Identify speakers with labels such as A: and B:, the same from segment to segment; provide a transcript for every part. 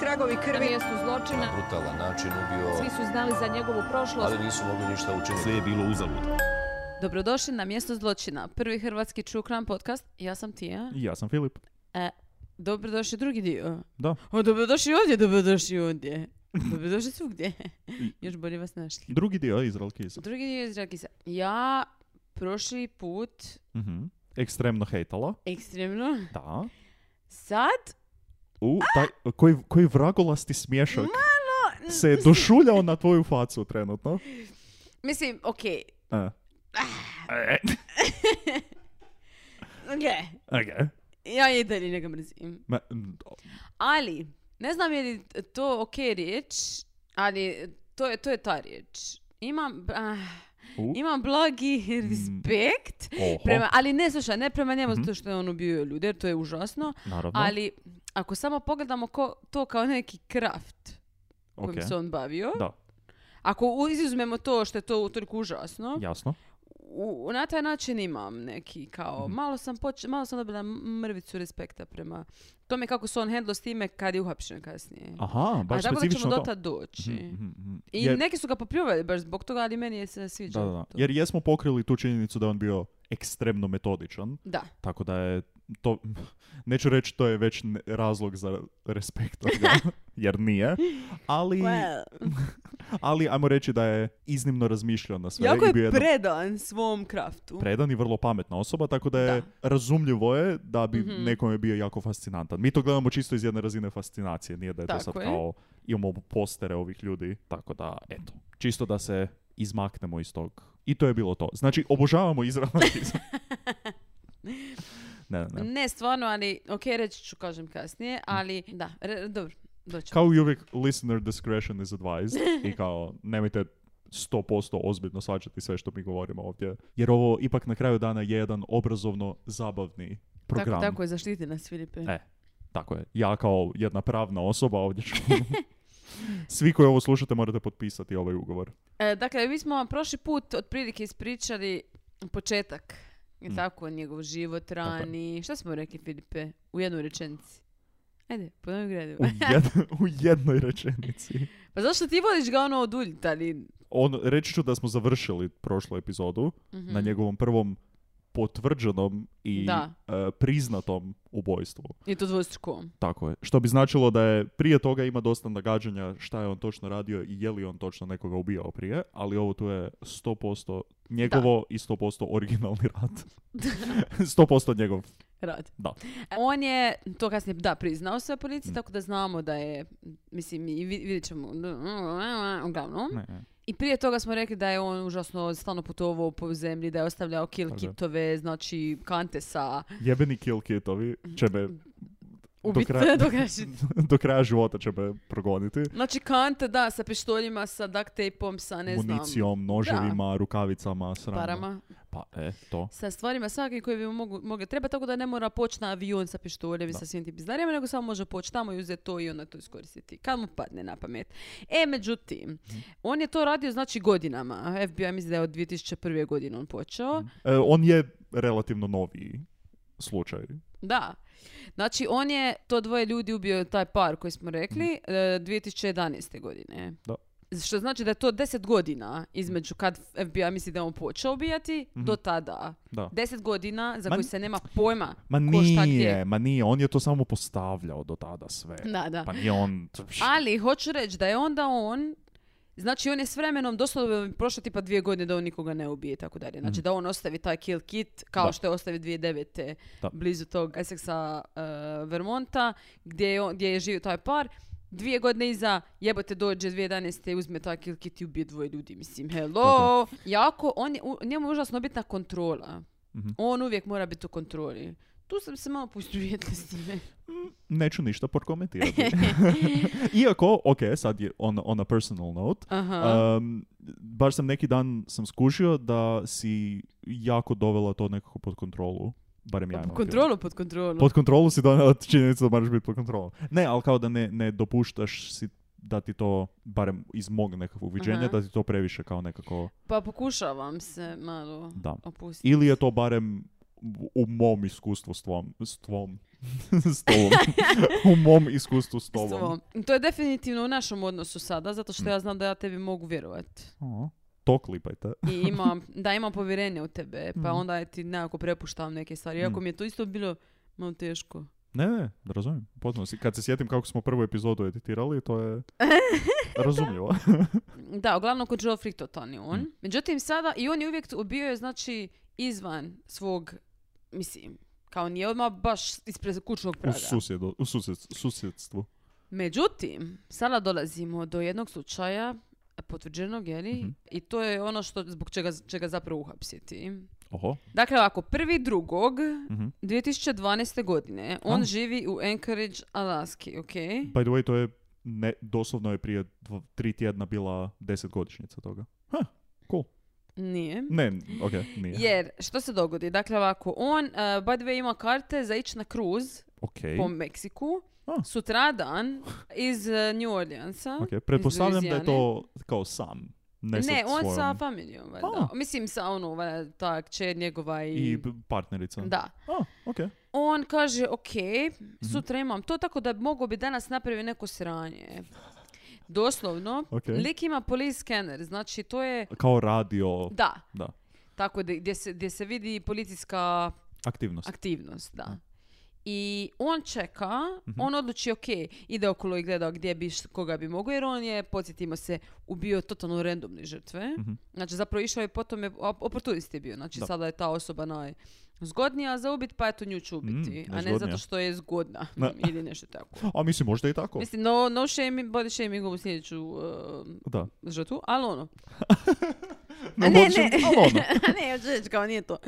A: tragovi
B: Na
A: krvi.
B: mjestu zločina
C: brutalan način
B: svi
C: ubio,
B: su znali za njegovu prošlost.
C: ali nisu mogli ništa učiniti.
D: Sve je bilo uzalud.
E: Dobrodošli na mjesto zločina, prvi hrvatski true crime podcast. Ja sam Tija.
D: I Ja sam Filip.
E: E, dobrodošli drugi dio.
D: Da.
E: O, dobrodošli ovdje, dobrodošli ovdje. Dobrodošli svugdje. Još bolje vas našli.
D: Drugi dio Izrael Kisa.
E: Drugi dio iz Rakisa. Ja prošli put
D: Mhm. Ekstremno hejtala.
E: ekstremno.
D: Da.
E: Sad
D: U, taj, koji, koji vragolasti smješak se je došuljao na tvoju facu trenutno.
E: Mislim, okej.
D: E. E,
E: okej.
D: ok.
E: Ja je i dalje njega mrzim.
D: Ma, m, do-
E: Ali, ne znam je li to ok riječ, ali to je, to je ta riječ. Imam, ah,
D: u, Mm.
E: imam blagi respekt.
D: oho,
E: Prema, ali ne, slušaj, ne prema njemu
D: Mhm.
E: zato što je on ubio ljude, jer to je užasno.
D: naravno.
E: Ali ako samo pogledamo ko, to kao neki kraft kojim
D: Ok.
E: se on bavio,
D: Da,
E: ako u- izuzmemo to što je to toliko užasno,
D: jasno.
E: u, na taj način imam neki kao,
D: Mhm.
E: malo, sam poč, malo sam dobila mrvicu respekta prema tome kako se on hendlo s time kad je uhapšen kasnije.
D: Aha, baš
E: A tako da
D: specifično
E: ćemo
D: to.
E: dotad doći.
D: Mhm, mhm, mhm.
E: I
D: Jer-
E: neki su ga popljuvali baš zbog toga, ali meni je se
D: da,
E: sviđa.
D: da, da.
E: to.
D: Jer jesmo pokrili tu činjenicu da je on bio ekstremno metodičan,
E: Da.
D: tako da je to, neću reći to je već ne- razlog za respekt, od njega, jer nije, ali, ali ajmo reći da je iznimno razmišljao na sve
E: jako
D: i bio
E: je
D: jedan
E: predan svom kraftu.
D: predan i vrlo pametna osoba, tako da je razumljivo je da bi
E: Mhm.
D: nekome bio jako fascinantan. Mi to gledamo čisto iz jedne razine fascinacije, nije da je to
E: Tako
D: sad
E: je.
D: kao imamo postere ovih ljudi, tako da eto, čisto da se izmaknemo iz tog. I to je bilo to. Znači, obožavamo izravnatizam. ne, ne, ne.
E: Ne, stvarno, ali, ok, reći ću, kažem
D: Mhm.
E: kasnije, ali, da, re- dobro, doću.
D: Kao i uvijek, listener discretion is advised i kao, nemojte 100% ozbiljno svačati sve što mi govorimo ovdje. Jer ovo ipak na kraju dana je jedan obrazovno zabavni program.
E: Tako, tako je, zaštiti nas, Filipe.
D: E, tako je. Ja kao jedna pravna osoba ovdje ću... Svi koji ovo slušate morate potpisati ovaj ugovor.
E: E, dakle, mi smo vam prošli put otprilike ispričali početak. I tako, njegov život rani. Šta smo rekli, Filipe? U jednoj rečenici. Ajde, ponovi gradivo.
D: U, jed- u jednoj rečenici.
E: Pa zašto ti voliš ga ono oduljit, ali...
D: On, reći ću da smo završili prošlu epizodu na njegovom prvom potvrđenom i
E: Mhm. Da.
D: e, priznatom ubojstvu.
E: I to dvostruko.
D: Tako je. Što bi značilo da je prije toga ima dosta nagađanja šta je on točno radio i je li on točno nekoga ubijao prije, ali ovo tu je 100% njegovo i 100% originalni rad. 100% njegov
E: Rad.
D: Da.
E: E, On je to kasnije, da, priznao sve policiji, tako da znamo da je, mislim, i vid- vidjet ćemo, uglavnom.
D: Ne, ne.
E: I prije toga smo rekli da je on užasno stalno putovao po zemlji, da je ostavljao kill
D: Tako je.
E: kitove, znači kante sa
D: Jebeni kill kitovi će me do
E: ubit,
D: kraja,
E: do kraja života.
D: do kraja života će me progoniti.
E: Znači kante, da, sa pištoljima, sa duct tapeom, sa ne znam,
D: Municijom, noževima, rukavicama, sramom.
E: parama,
D: Pa, e, to.
E: sa stvarima svakakvim koje bi mu mogu, mogle trebati, tako da ne mora poći na avion sa pištoljem i sa svim tim pizdarijama, nego samo može poći tamo i uzeti to i onda to iskoristiti, kad mu padne na pamet. E, međutim,
D: Mhm.
E: on je to radio, znači, godinama. FBI mislim da je od 2001. godine on počeo.
D: E, on je relativno noviji slučaj.
E: Da. Znači, on je to dvoje ljudi ubio taj par koji smo rekli e, 2011. godine.
D: Mhm. Da.
E: Što znači da je to 10 godina između kad FBI misli da je on počeo ubijati do tada.
D: Mhm. Da.
E: 10 godina za
D: Ma-
E: koju se nema pojma
D: Ma
E: ko šta gdje.
D: nije, ma nije. On je to samo postavljao do tada sve.
E: Da, da.
D: Pa nije on...
E: Ali hoću reći da je onda on Znači, on je s vremenom, doslovno prošlo tipa dvije godine da on nikoga ne ubije i tako dalje. Znači, da on ostavi taj kill kit, kao
D: Da.
E: što je ostavio 2009.
D: Da.
E: blizu tog Essexa uh, Vermonta, gdje je, on- gdje je živio taj par. Dvije godine iza, jebote dođe 2011. i uzme taj kill kit i ubije dvoje ljudi. Mislim, hello! Jako, on je, u- njemu je užasno bitna kontrola. On uvijek mora biti u kontroli. Tu sam se malo poistovjetila s time.
D: Neću ništa prokomentirati. Iako, ok, sad je on, on a personal note,
E: Aha.
D: um, baš sam neki dan sam skužio da si jako dovela to nekako pod kontrolu. Barem ja imam feeling.
E: Kontrolu pod kontrolu.
D: Pod kontrolu si donijela činjenicu da moraš biti pod kontrolom. Ne, ali kao da ne, ne dopuštaš si da ti to, barem iz mog nekakvog viđenja,
E: Aha.
D: da ti to previše kao nekako
E: Pa pokušavam se malo
D: da.
E: opustiti.
D: Ili je to barem u mom iskustvu s tvom, s tvom s tobom. U mom iskustvu s
E: S
D: tobom.
E: tobom. To je definitivno u našem odnosu sada, zato što ja znam da ja tebi mogu vjerovati.
D: O, To klipajte.
E: I imam, da imam povjerenje u tebe, pa
D: Mhm.
E: onda je ti nekako prepuštam neke stvari. Iako mi je to isto bilo malo teško.
D: Ne, ne, da razumijem. Potpuno si. Kad se sjetim kako smo prvu epizodu editirali, to je razumljivo.
E: Da, uglavnom kod Joe Frick totalni on. Međutim, sada i on je uvijek tu- bio je, znači, izvan svog, mislim, kao nije odmah baš ispred kućnog
D: u,
E: praga.
D: susjedu, u susjed- susjedstvu.
E: Međutim, sada dolazimo do jednog slučaja potvrđenog, je li?
D: Mhm.
E: I to je ono što, zbog čega, čega zapravo uhapsiti.
D: Oho.
E: Dakle, ovako, prvi drugog
D: Mhm.
E: 2012. godine, on
D: A.
E: živi u Anchorage, Alaski, ok?
D: By the way, to je ne, doslovno je prije dva, tri tjedna bila deset godišnjica toga. Ha, cool.
E: Nije.
D: Ne, ok, nije.
E: Jer, što se dogodi? Dakle, ovako, on, uh, by the way, ima karte za ići na kruz
D: Ok,
E: po Meksiku.
D: A.
E: Sutradan iz eh, New Orleansa.
D: ok. Pretpostavljam da je
E: Louisiane.
D: to kao sam. Ne, sa
E: Ne, on
D: svojom.
E: sa familijom, valjda.
D: A.
E: Mislim, sa ono, valjda, ta kćer njegova i...
D: I p- partnerica.
E: Da.
D: A, ok.
E: On kaže, ok, sutra imam to, tako da mogo bi danas napraviti neko sranje. Doslovno,
D: Ok.
E: lik ima police scanner, znači to je...
D: Kao radio
E: Da,
D: da.
E: tako da, gdje, se, gdje se vidi policijska
D: aktivnost.
E: aktivnost, da. I on čeka,
D: Mhm.
E: on odluči, ok, ide okolo i gleda gdje bi, š- koga bi mogo, jer on je, podsjetimo se, ubio totalno randomne žrtve. Znači, zapravo išao je potom, je, op- oportunist je bio, znači
D: Mhm. Da.
E: sada je ta osoba najzgodnija za ubit, pa eto nju ću ubiti,
D: Mm,
E: a ne
D: najzgodnija.
E: zato što je zgodna
D: Da.
E: ili nešto tako.
D: A mislim, možda i tako.
E: Mislim, no, no shame, body shaming ovu sljedeću uh,
D: Da.
E: žrtvu, ali ono,
D: No,
E: ne,
D: uopće,
E: ne.
D: ali ono.
E: A ne, hoću reći kao nije to.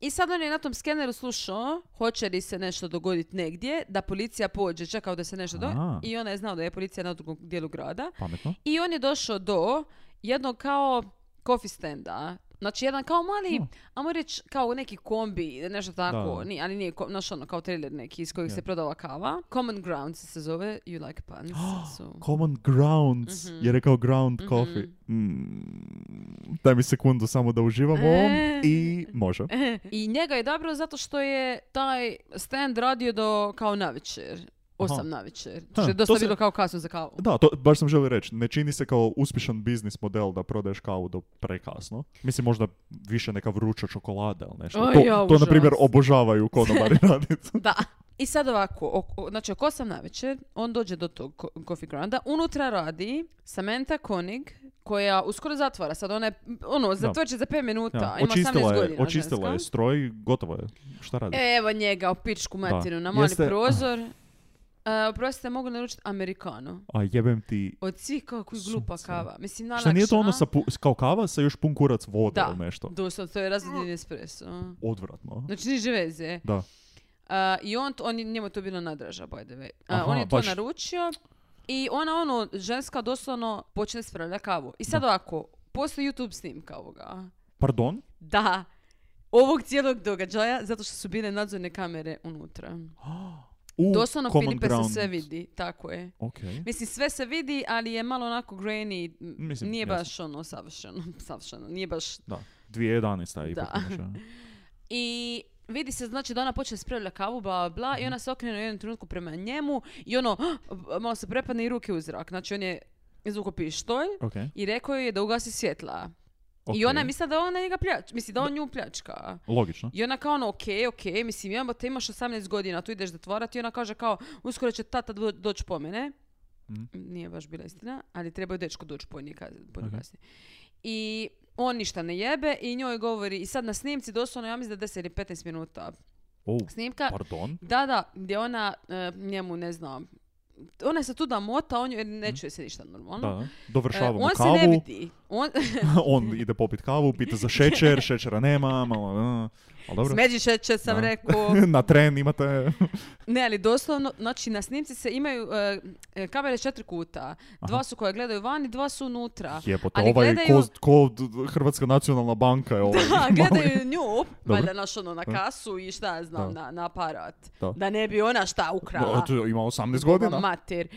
E: I sad on je na tom skeneru slušao hoće li se nešto dogoditi negdje, da policija pođe, čekao da se nešto dogodi.
D: A.
E: I ona je znao da je policija na drugom dijelu grada.
D: Pametno.
E: I on je došao do jednog kao coffee standa. Znači jedan kao mali,
D: No.
E: ajmo reći kao neki kombi, nešto tako,
D: Oh. Da.
E: Ni- ali nije, ko- znaš ono, kao trailer neki iz kojeg
D: Je.
E: se prodava kava. Common Grounds se zove, you like puns. so-
D: Common grounds.
E: Mhm.
D: Je rekao ground coffee. Mm, Daj mi sekundu samo da uživam u ovom.
E: E.
D: I može.
E: I njega je odabrao zato što je taj stand radio do kao navečer. Osam
D: Aha.
E: navečer.
D: Ha,
E: Što je
D: to
E: dosta
D: se-
E: bilo kao kasno za kavu.
D: Da, to baš sam želio reći. Ne čini se kao uspješan biznis model da prodaješ kavu do prekasno. Mislim, možda više neka vruća čokolada ili nešto.
E: Aj,
D: to,
E: ja,
D: to na primjer,
E: užas.
D: obožavaju konobari raditi.
E: Da. I sad ovako, oko, znači oko osam navečer on dođe do tog ko- coffee grounda, unutra radi Samantha Konig, koja uskoro zatvara, sad ona je, ono, zatvrće za 5 minuta,
D: Ja,
E: ima 18
D: očistila je,
E: godina E.
D: očistila je
E: ženska.
D: stroj, gotovo je. Šta radi?
E: Evo njega u pičku materinu, na mali
D: Jeste-
E: prozor. E, oprostite, mogu naručiti Amerikano.
D: A jebem ti...
E: Od svih kako koji glupa
D: Sunce.
E: kava. Mislim,
D: Šta nije to ono
E: najlakša.
D: sa pu- kao kava sa još pun kurac vode
E: Da,
D: ili nešto?
E: doslovno, to je razvodnjen espresso.
D: Odvratno.
E: Znači, niže veze.
D: Da.
E: A, I on, to- on, je- njemu je to bilo nadraža, by the way. A,
D: Aha,
E: on je to
D: baš.
E: naručio i ona, ono, ženska doslovno počne spravlja kavu. I sad ovako, postoji YouTube snimka ovoga.
D: Pardon?
E: Da, ovog cijelog događaja, zato što su bile nadzorne kamere unutra.
D: U
E: Doslovno,
D: common
E: Filipe se
D: ground.
E: sve vidi, tako je.
D: Ok.
E: Mislim, sve se vidi, ali je malo onako grainy, m,
D: Mislim,
E: nije
D: jasno.
E: baš ono savršeno, savršeno, nije baš
D: Da. 2011. ipak.
E: Da.
D: znaš, a.
E: I vidi se znači da ona počne spravlja kavu, bla, bla, bla, i ona se okrene u jednom trenutku prema njemu i ono, malo se prepadne i ruke u zrak. Znači on je izvukao pištolj
D: Ok.
E: i rekao joj je da ugasi svjetla. I
D: ok.
E: ona je mislila da ona njega pljač, misli da on nju pljačka.
D: Logično.
E: I ona kao ono, okej, okej, mislim, jebo te imaš 18 godina, tu ideš zatvarati i ona kaže kao, uskoro će tata do- doći po mene.
D: Mhm.
E: Nije baš bila istina, ali treba je dečko doći po nje ka- po nju
D: Ok.
E: kasnije. I on ništa ne jebe i njoj govori, i sad na snimci doslovno, ja mislim da je 10 ili 15 minuta
D: Oh,
E: snimka,
D: pardon?
E: da, da, gdje ona e, njemu, ne znam, ona se tu da mota, on ju, ne čuje se ništa normalno.
D: Mm. Da,
E: E,
D: dovršavamo
E: on
D: kavu.
E: se ne vidi. On,
D: on ide popit kavu, pita za šećer, šećera nema, malo, a, ali dobro.
E: smeđi šeće sam
D: Da.
E: rekao.
D: Na tren imate...
E: Ne, ali doslovno, znači na snimci se imaju e, e, kamere s četiri kuta. Dva su koje gledaju van i dva su unutra.
D: Jebote,
E: Ali
D: ovaj
E: gledaju-
D: ko, ko d- d- Hrvatska nacionalna banka je ovaj.
E: Da, gledaju nju,
D: Dobro.
E: valjda naš ono na kasu i šta ja znam,
D: Da.
E: na, na aparat.
D: Da.
E: Da ne bi ona šta
D: Mali-
E: ukrala.
D: O, tu Ima 18
E: Baba
D: godina.
E: Mater.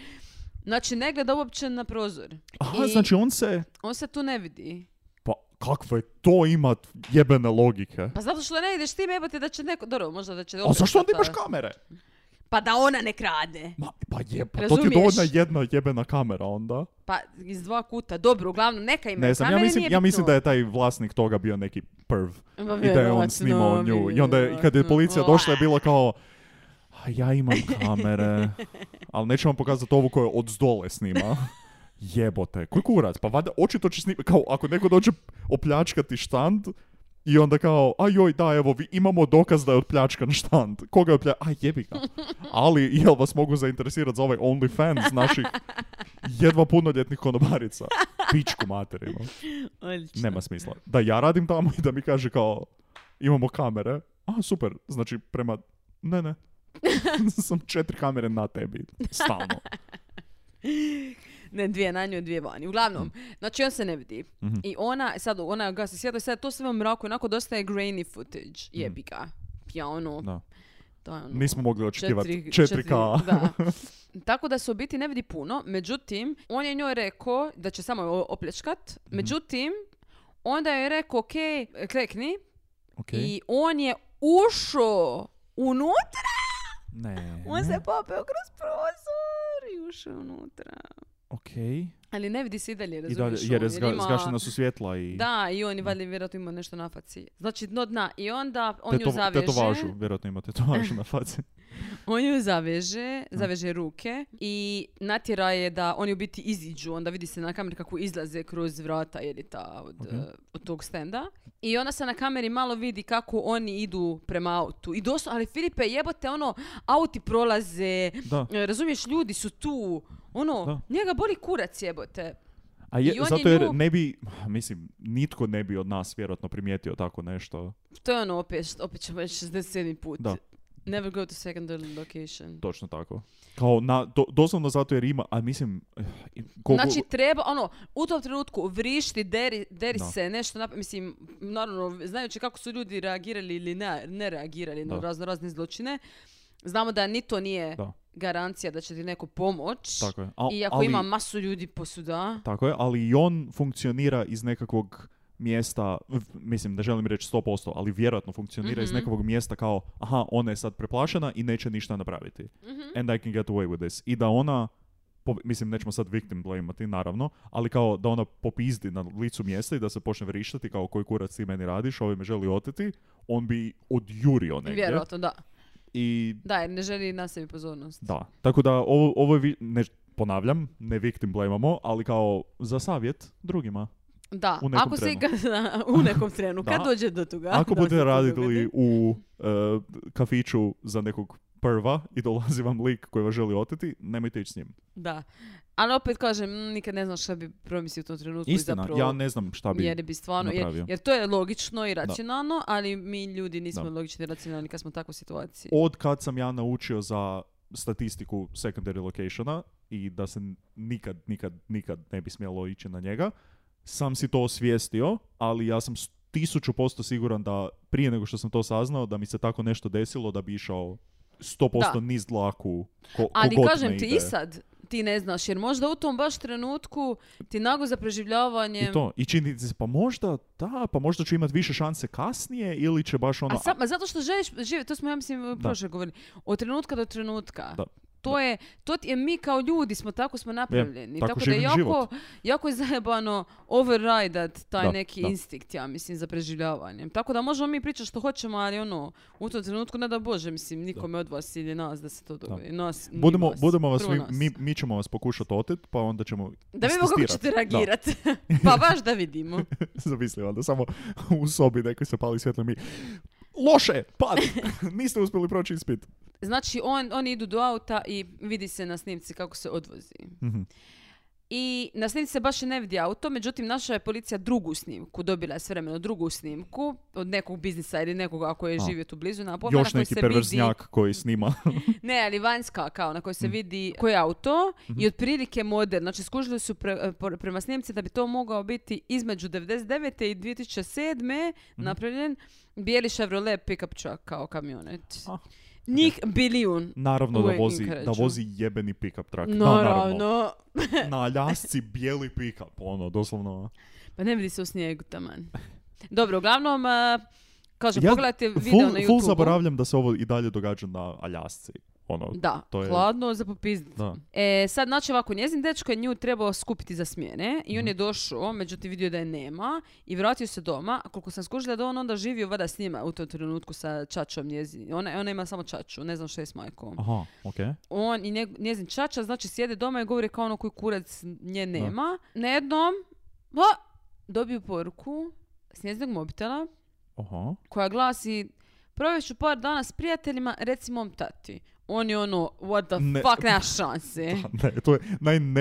E: Znači ne gleda uopće na prozor.
D: Aha,
E: I
D: znači on se...
E: on se tu ne vidi.
D: Pa kakve to ima jebene logike?
E: Pa zato što ne ideš ti jebote da će neko, dobro, možda da će...
D: A
E: opet
D: zašto onda
E: tata-
D: imaš kamere?
E: Pa da ona ne krade.
D: Ma, pa je, pa to ti je
E: Razumiješ?
D: dovoljna jedna jebena kamera onda.
E: Pa iz dva kuta. Dobro, uglavnom, neka ima
D: Ne znam, ja
E: kamere,
D: mislim,
E: nije
D: ja mislim
E: bitno. Mm.
D: da je taj vlasnik toga bio neki perv.
E: Ma,
D: I da je on
E: vjerovatno,
D: snimao nju. I onda je, i kad je
E: vjerovatno.
D: policija došla je bilo kao, a ja imam kamere, ali neću vam pokazati ovu koja od dole snima. Jebote, koji kurac? Pa vada, očito će snimati, kao ako neko dođe opljačkati štand, i onda kao, a joj, da, evo, vi imamo dokaz da je otpljačkan štand. Koga je opljačkan? A jebi ga. Ali, jel vas mogu zainteresirati za ovaj OnlyFans naših jedva punoljetnih konobarica? Pičku materinu.
E: Odlično.
D: Nema smisla. Da ja radim tamo i da mi kaže kao, imamo kamere. A, super. Znači, prema... Ne, ne. Sam četiri kamere na tebi. Stalno.
E: Ne, dvije na nju, dvije vani. Uglavnom,
D: Mhm.
E: znači on se ne vidi. I ona, sad ona ga se sjeda, sad to sve u mraku, onako dosta je grainy footage, jebi ga. Ja ono,
D: Mhm. Da.
E: to je ono,
D: Nismo mogli očekivati.
E: četiri-
D: 4K.
E: četiri- da. Tako da se u biti ne vidi puno, međutim, on je njoj rekao da će samo o- opljačkat,
D: Mhm.
E: međutim, onda je rekao, ok, klekni,
D: Okej.
E: i on je ušao unutra,
D: Ne.
E: on se popeo kroz prozor i ušao unutra.
D: Okej.
E: Ali ne vidi se i dalje,
D: I
E: razumiješ?
D: dalje,
E: on,
D: jer je zga,
E: ima-
D: zgašena su svjetla i...
E: Da, i on je valjda vjerojatno imao nešto na faci. Znači dno dna. I onda on
D: Teto-
E: ju zaveže.
D: tetovažu, vjerojatno ima tetovažu na faci.
E: On ju zaveže,
D: Hm.
E: zaveže ruke i natjera je da oni u biti iziđu. Onda vidi se na kameri kako izlaze kroz vrata ili ta od,
D: Ok.
E: eh, od tog stenda. I onda se na kameri malo vidi kako oni idu prema autu. I doslovno, ali Filipe jebote ono, auti prolaze,
D: Da.
E: eh, razumiješ, ljudi su tu. Ono,
D: Da.
E: njega boli kurac jebote.
D: A je,
E: I on je
D: zato jer
E: nju-
D: ne bi, mislim, nitko ne bi od nas vjerojatno primijetio tako nešto.
E: To je ono opet, opet ćemo reći 67. put.
D: Da.
E: Never go to secondary location.
D: Točno tako. Kao na, do, doslovno zato jer ima, a mislim, eh, koliko,
E: Znači treba, ono, u tom trenutku vrišti, deri, deri
D: Da.
E: se nešto, nap- mislim, naravno, znajući kako su ljudi reagirali ili ne, ne reagirali na
D: Da.
E: razno razne zločine, znamo da ni to nije
D: Da.
E: garancija da će ti neko pomoć.
D: tako je. Al-
E: Iako
D: ali,
E: ima masu ljudi posuda.
D: Tako je, ali i on funkcionira iz nekakvog mjesta, v- mislim, ne želim reći 100%, ali vjerojatno funkcionira iz
E: Mhm.
D: nekakvog mjesta kao, aha, ona je sad preplašena i neće ništa napraviti.
E: Mhm.
D: And I can get away with this. I da ona, po- mislim, nećemo sad victim blameati, naravno, ali kao da ona popizdi na licu mjesta i da se počne vrištati kao koji kurac ti meni radiš, ovaj me želi oteti, on bi odjurio negdje.
E: Vjerojatno, da.
D: I
E: Da, jer ne želi na sebi pozornost.
D: Da, tako da ovo, ovo je, vi- ne, ponavljam, ne victim blameamo, ali kao za savjet drugima.
E: Da,
D: U nekom
E: ako se ikada- u nekom trenu,
D: Da.
E: kad dođe do toga.
D: Ako
E: da
D: budete
E: se to
D: radili
E: dogodi.
D: u e, kafiću za nekog prva i dolazi vam lik koji vas želi oteti, nemojte ići s njim.
E: Da. Ali opet kažem, m, nikad ne znaš šta bi promislio u tom trenutku. i
D: Istina,
E: zapravo-
D: ja ne znam šta Pa bi...
E: jer bi stvarno, jer,
D: napravio.
E: jer to je logično i racionalno, ali mi ljudi nismo
D: Da.
E: logični i racionalni kad smo u takvoj situaciji.
D: Od kad sam ja naučio za statistiku secondary locationa i da se nikad, nikad, nikad ne bi smjelo ići na njega, sam si to osvijestio, ali ja sam s- tisuću posto siguran da prije nego što sam to saznao, da mi se tako nešto desilo, da bi išao 100%
E: Da.
D: niz dlaku ko,
E: ali
D: kogod
E: kažem
D: ne
E: ti
D: ide.
E: i sad, ti ne znaš, jer možda u tom baš trenutku ti nago za preživljavanje...
D: I to, i čini ti se, pa možda da, pa možda ću imat više šanse kasnije ili će baš ono...
E: A sam, ma zato što želiš živjeti, to smo ja mislim prošle govorili, od trenutka do trenutka.
D: Da.
E: To je, to ti je mi kao ljudi smo tako smo napravljeni.
D: tako
E: da je
D: živim
E: jako,
D: život.
E: jako je zajebano overridat taj
D: Da,
E: neki
D: da.
E: instinkt, ja mislim, za preživljavanje. Tako da možemo mi pričati što hoćemo, ali ono, u tom trenutku ne da Bože, mislim, nikome od vas ili nas da se to dogodi. Nas, ni
D: Budemo,
E: vas,
D: budemo vas,
E: prvo
D: mi,
E: nas.
D: mi, mi ćemo vas pokušati otet, pa onda ćemo
E: Da vidimo kako
D: istestirat.
E: ćete
D: Da.
E: reagirati. pa baš da vidimo.
D: Zamisli onda samo u sobi neko se pali svjetlo i mi Loše! Pad! Niste uspjeli proći ispit.
E: Znači, on, oni idu do auta i vidi se na snimci kako se odvozi.
D: Mhm.
E: I na snimci se baš i ne vidi auto, međutim, naša je policija drugu snimku, dobila je s vremena drugu snimku od nekog biznisa ili nekoga ako je
D: A.
E: živio tu blizu napomena.
D: Još neki perverznjak Mm. koji snima.
E: Ne, ali vanjska kao na kojoj se vidi koji je auto
D: Mhm.
E: i otprilike model. Znači skužili su pre- e, por- prema snimci da bi to mogao biti između 99. i 2007.
D: Mhm.
E: napravljen bijeli Chevrolet pickup truck kao kamionet.
D: Ah,
E: Njih bilijun.
D: Naravno da
E: Uvijek
D: vozi, da
E: encourage-u.
D: vozi jebeni pick-up truck. Da, naravno.
E: Naravno.
D: Na Aljasci bijeli pick-up, ono, doslovno.
E: Pa ne vidi se u snijegu taman. Dobro, uglavnom, a, kažem, pogledajte video
D: full,
E: na YouTube.
D: full zaboravljam da se ovo i dalje događa na Aljasci. Ono,
E: Da,
D: to je-
E: hladno za popizdit.
D: da.
E: E, sad, znači ovako, njezin dečko je nju trebao skupiti za smjene i
D: Mhm.
E: on je došao, međutim vidio da je nema i vratio se doma. A koliko sam skužila da on onda živio vada s njima u tom trenutku sa čačom njezin. Ona, ona ima samo čaču, ne znam što je s majkom.
D: Aha, okej.
E: On i njeg- njezin čača, znači sjede doma i govori kao ono koji kurac nje nema. Na jednom, ba, dobiju poruku s njezinog mobitela
D: Aha.
E: koja glasi provest ću par dana s prijateljima, recimo mom tati. On je ono, what the
D: Ne.
E: fuck, nema šanse.
D: Ne, to je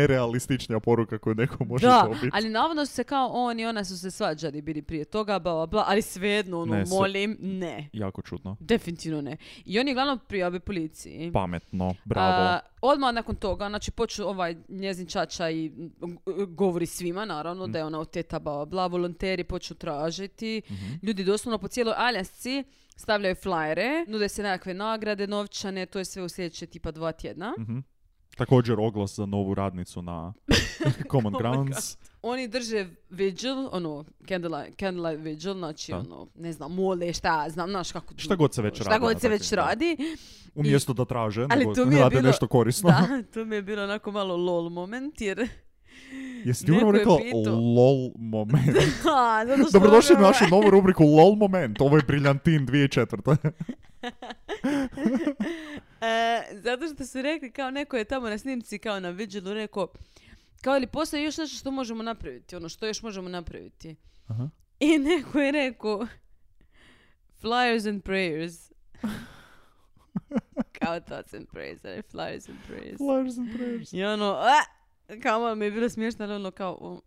D: najnerealističnija poruka koju neko može
E: da,
D: dobiti.
E: ali navodno su se kao on i ona su se svađali bili prije toga, bla, bla, bla, ali svejedno, ono,
D: Ne, sve-
E: molim, ne.
D: Jako čudno.
E: Definitivno ne. I on je glavno prijave policiji.
D: Pametno, bravo.
E: A, odmah nakon toga, znači počeo ovaj njezin čača i m, g- govori svima naravno da je ona od teta bla, bla, bla, volonteri počnu tražiti.
D: Mhm.
E: Ljudi doslovno po cijeloj Aljasci stavljaju flajere, nude se nekakve nagrade, novčane, to je sve u sljedeće tipa dva tjedna.
D: Mhm. Također oglas za novu radnicu na Common
E: Oh
D: Grounds.
E: Oni drže vigil, ono, candlelight, candlelight vigil, znači
D: Da.
E: ono, ne znam, mole, šta, ja znam, znaš kako...
D: Šta god se već
E: šta
D: radi na
E: god se
D: takvim,
E: već
D: da.
E: radi.
D: Umjesto da traže,
E: Ali
D: nego
E: to mi je
D: rade
E: bilo-
D: nešto korisno.
E: Da, to mi je bilo onako malo lol moment, jer...
D: Jesi ti
E: Neko
D: upravo
E: je
D: rekla
E: pitao.
D: LOL moment?
E: Ha, zato što
D: Dobrodošli u
E: ono-
D: našu novu rubriku LOL moment. Ovo je Briljantin 2004.
E: E, zato što su rekli, kao neko je tamo na snimci, kao na vigilu, rekao, kao ili postoji još nešto što možemo napraviti, ono, što još možemo napraviti.
D: Aha.
E: I neko je rekao, flyers and prayers. kao thoughts and prayers, ali flyers and prayers.
D: Flowers and prayers.
E: I ono, a, kao malo mi je bilo smiješno, ali ono kao, o,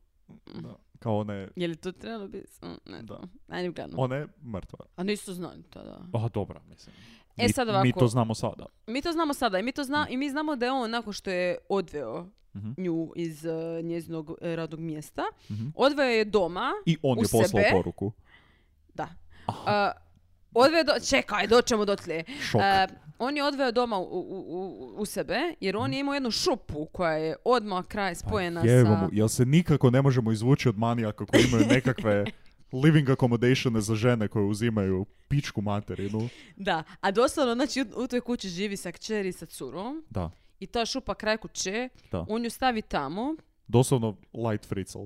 D: Da. Kao one,
E: je li to trebalo biti? Mm, Ne,
D: Da.
E: znam. Ajde, uglavnom.
D: one mrtva.
E: A nisu znali tada.
D: A dobra, mislim.
E: E, sad
D: Mi
E: ovako.
D: to znamo sada.
E: Mi to znamo sada i mi, to zna, i mi znamo da je on nakon što je odveo
D: Mhm.
E: nju iz eh, njezinog eh, radnog mjesta,
D: Mhm.
E: odveo je doma,
D: I on
E: U
D: je poslao
E: sebe?
D: poruku.
E: da, Eh, odveo je do, čekaj, doćemo dotle.
D: Šok.
E: Eh, on je odveo doma u, u, u, u sebe jer
D: Mhm.
E: on je imao jednu šupu koja je odmah
D: Pa
E: kraj spojena
D: Jevo
E: sa...
D: mu, jel se nikako ne možemo izvući od manijaka koji imaju nekakve living accommodatione za žene koje uzimaju pičku materinu?
E: Da, a doslovno, znači u, u toj kući živi sa kćeri i sa curom
D: Da,
E: i ta šupa kraj kuće,
D: Da.
E: on ju stavi tamo,
D: doslovno light fritzl.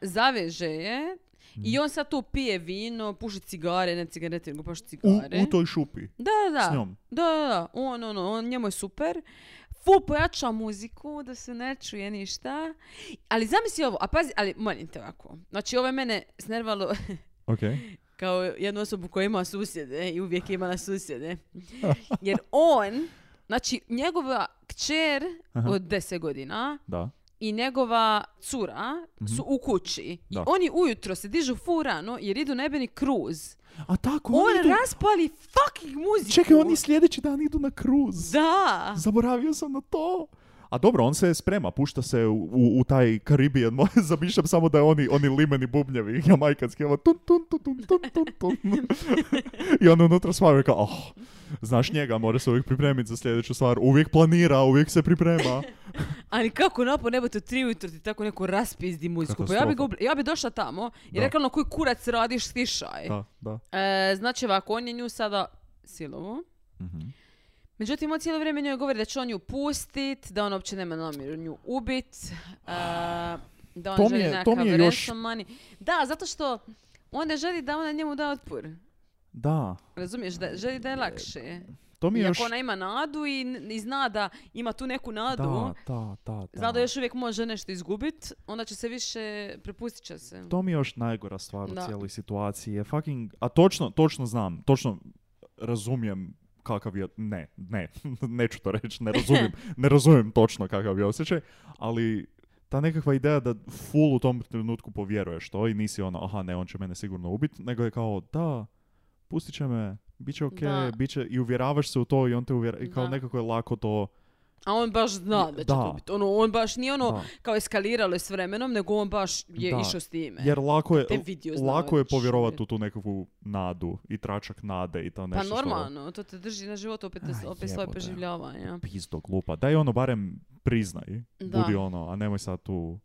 E: zaveže je
D: Mhm.
E: i on sad tu pije vino, puši cigare, ne cigarete, nego puši
D: U,
E: cigare.
D: u toj šupi.
E: Da, da, da.
D: S njom.
E: Da, da, da. On, ono, on, njemu je super. Fu, pojača muziku, da se ne čuje ništa. Ali zamisli ovo, a pazi, ali molim te ovako. Znači, ovo je mene snervalo
D: Ok.
E: kao jednu osobu koja ima susjede i uvijek je imala susjede. Jer on, znači, njegova kćer
D: Aha.
E: od 10 godina
D: Da.
E: i njegova cura su u kući. I
D: Mhm. Da.
E: oni ujutro se dižu fu rano jer idu na jebeni kruz.
D: A tako,
E: On
D: Pa oni idu...
E: raspali fucking muziku.
D: Čekaj, oni sljedeći dan idu na kruz.
E: Da.
D: Zaboravio sam na to. A dobro, on se sprema, pušta se u, u, u taj Karibijan. Zamišljam samo da je oni, oni limeni bubnjevi, jamajkanski, ovo tun, tun, tun, tun, tun, tun, tun. I on unutra stvarno je kao, oh, znaš njega, mora se uvijek pripremiti za sljedeću stvar. Uvijek planira, uvijek se priprema.
E: Ali kako napon nebote u tri ujutro ti tako neko raspizdi muziku. Pa ja bi, ga
D: Katastrofa.
E: ubla- ja bi došla tamo i
D: Da.
E: rekla ono koji kurac radiš stišaj.
D: Da, da.
E: E, znači ovako, on je nju sada silovo.
D: Mhm.
E: Međutim, on cijelo vrijeme njoj govori da će on nju pustit, da on uopće nema namjeru nju ubit, e, da on
D: To mi
E: želi
D: je- to
E: nekakav
D: mi je još-
E: ransomani. Da, zato što on ne želi da ona njemu da otpor.
D: Da.
E: Razumiješ, da želi da je lakše.
D: To mi je
E: Iako
D: još...
E: ona ima nadu i, i zna da ima tu neku nadu,
D: Da, da, da, da.
E: Zna da još uvijek može nešto izgubit, onda će se više, prepustit će se.
D: To mi je još najgora stvar u
E: Da.
D: cijeloj situaciji. Je fucking, a točno, točno znam, točno razumijem kakav je, ne, ne, neću to reći, ne razumijem, ne razumijem točno kakav je osjećaj, ali ta nekakva ideja da full u tom trenutku povjeruješ to i nisi ono, aha ne, on će mene sigurno ubit, nego je kao, da, pustit će me, bit će okej,
E: Da.
D: bit će, i uvjeravaš se u to i on te uvjerava, i kao
E: Da.
D: nekako je lako to,
E: A on baš zna da će
D: Da.
E: to biti. Ono, on baš nije ono
D: Da.
E: kao eskaliralo je s vremenom, nego on baš je
D: Da.
E: išao s time.
D: jer lako je,
E: E, Te vidio znao
D: lako je
E: već,
D: povjerovati
E: jer-
D: u tu nekakvu nadu i tračak nade i to
E: Pa
D: nešto što-
E: normalno, to te drži na životu opet,
D: Aj,
E: opet svoje
D: jebote.
E: preživljavanja.
D: pizdo glupa. Daj ono barem priznaj.
E: Da.
D: Budi ono, a nemoj sad tu.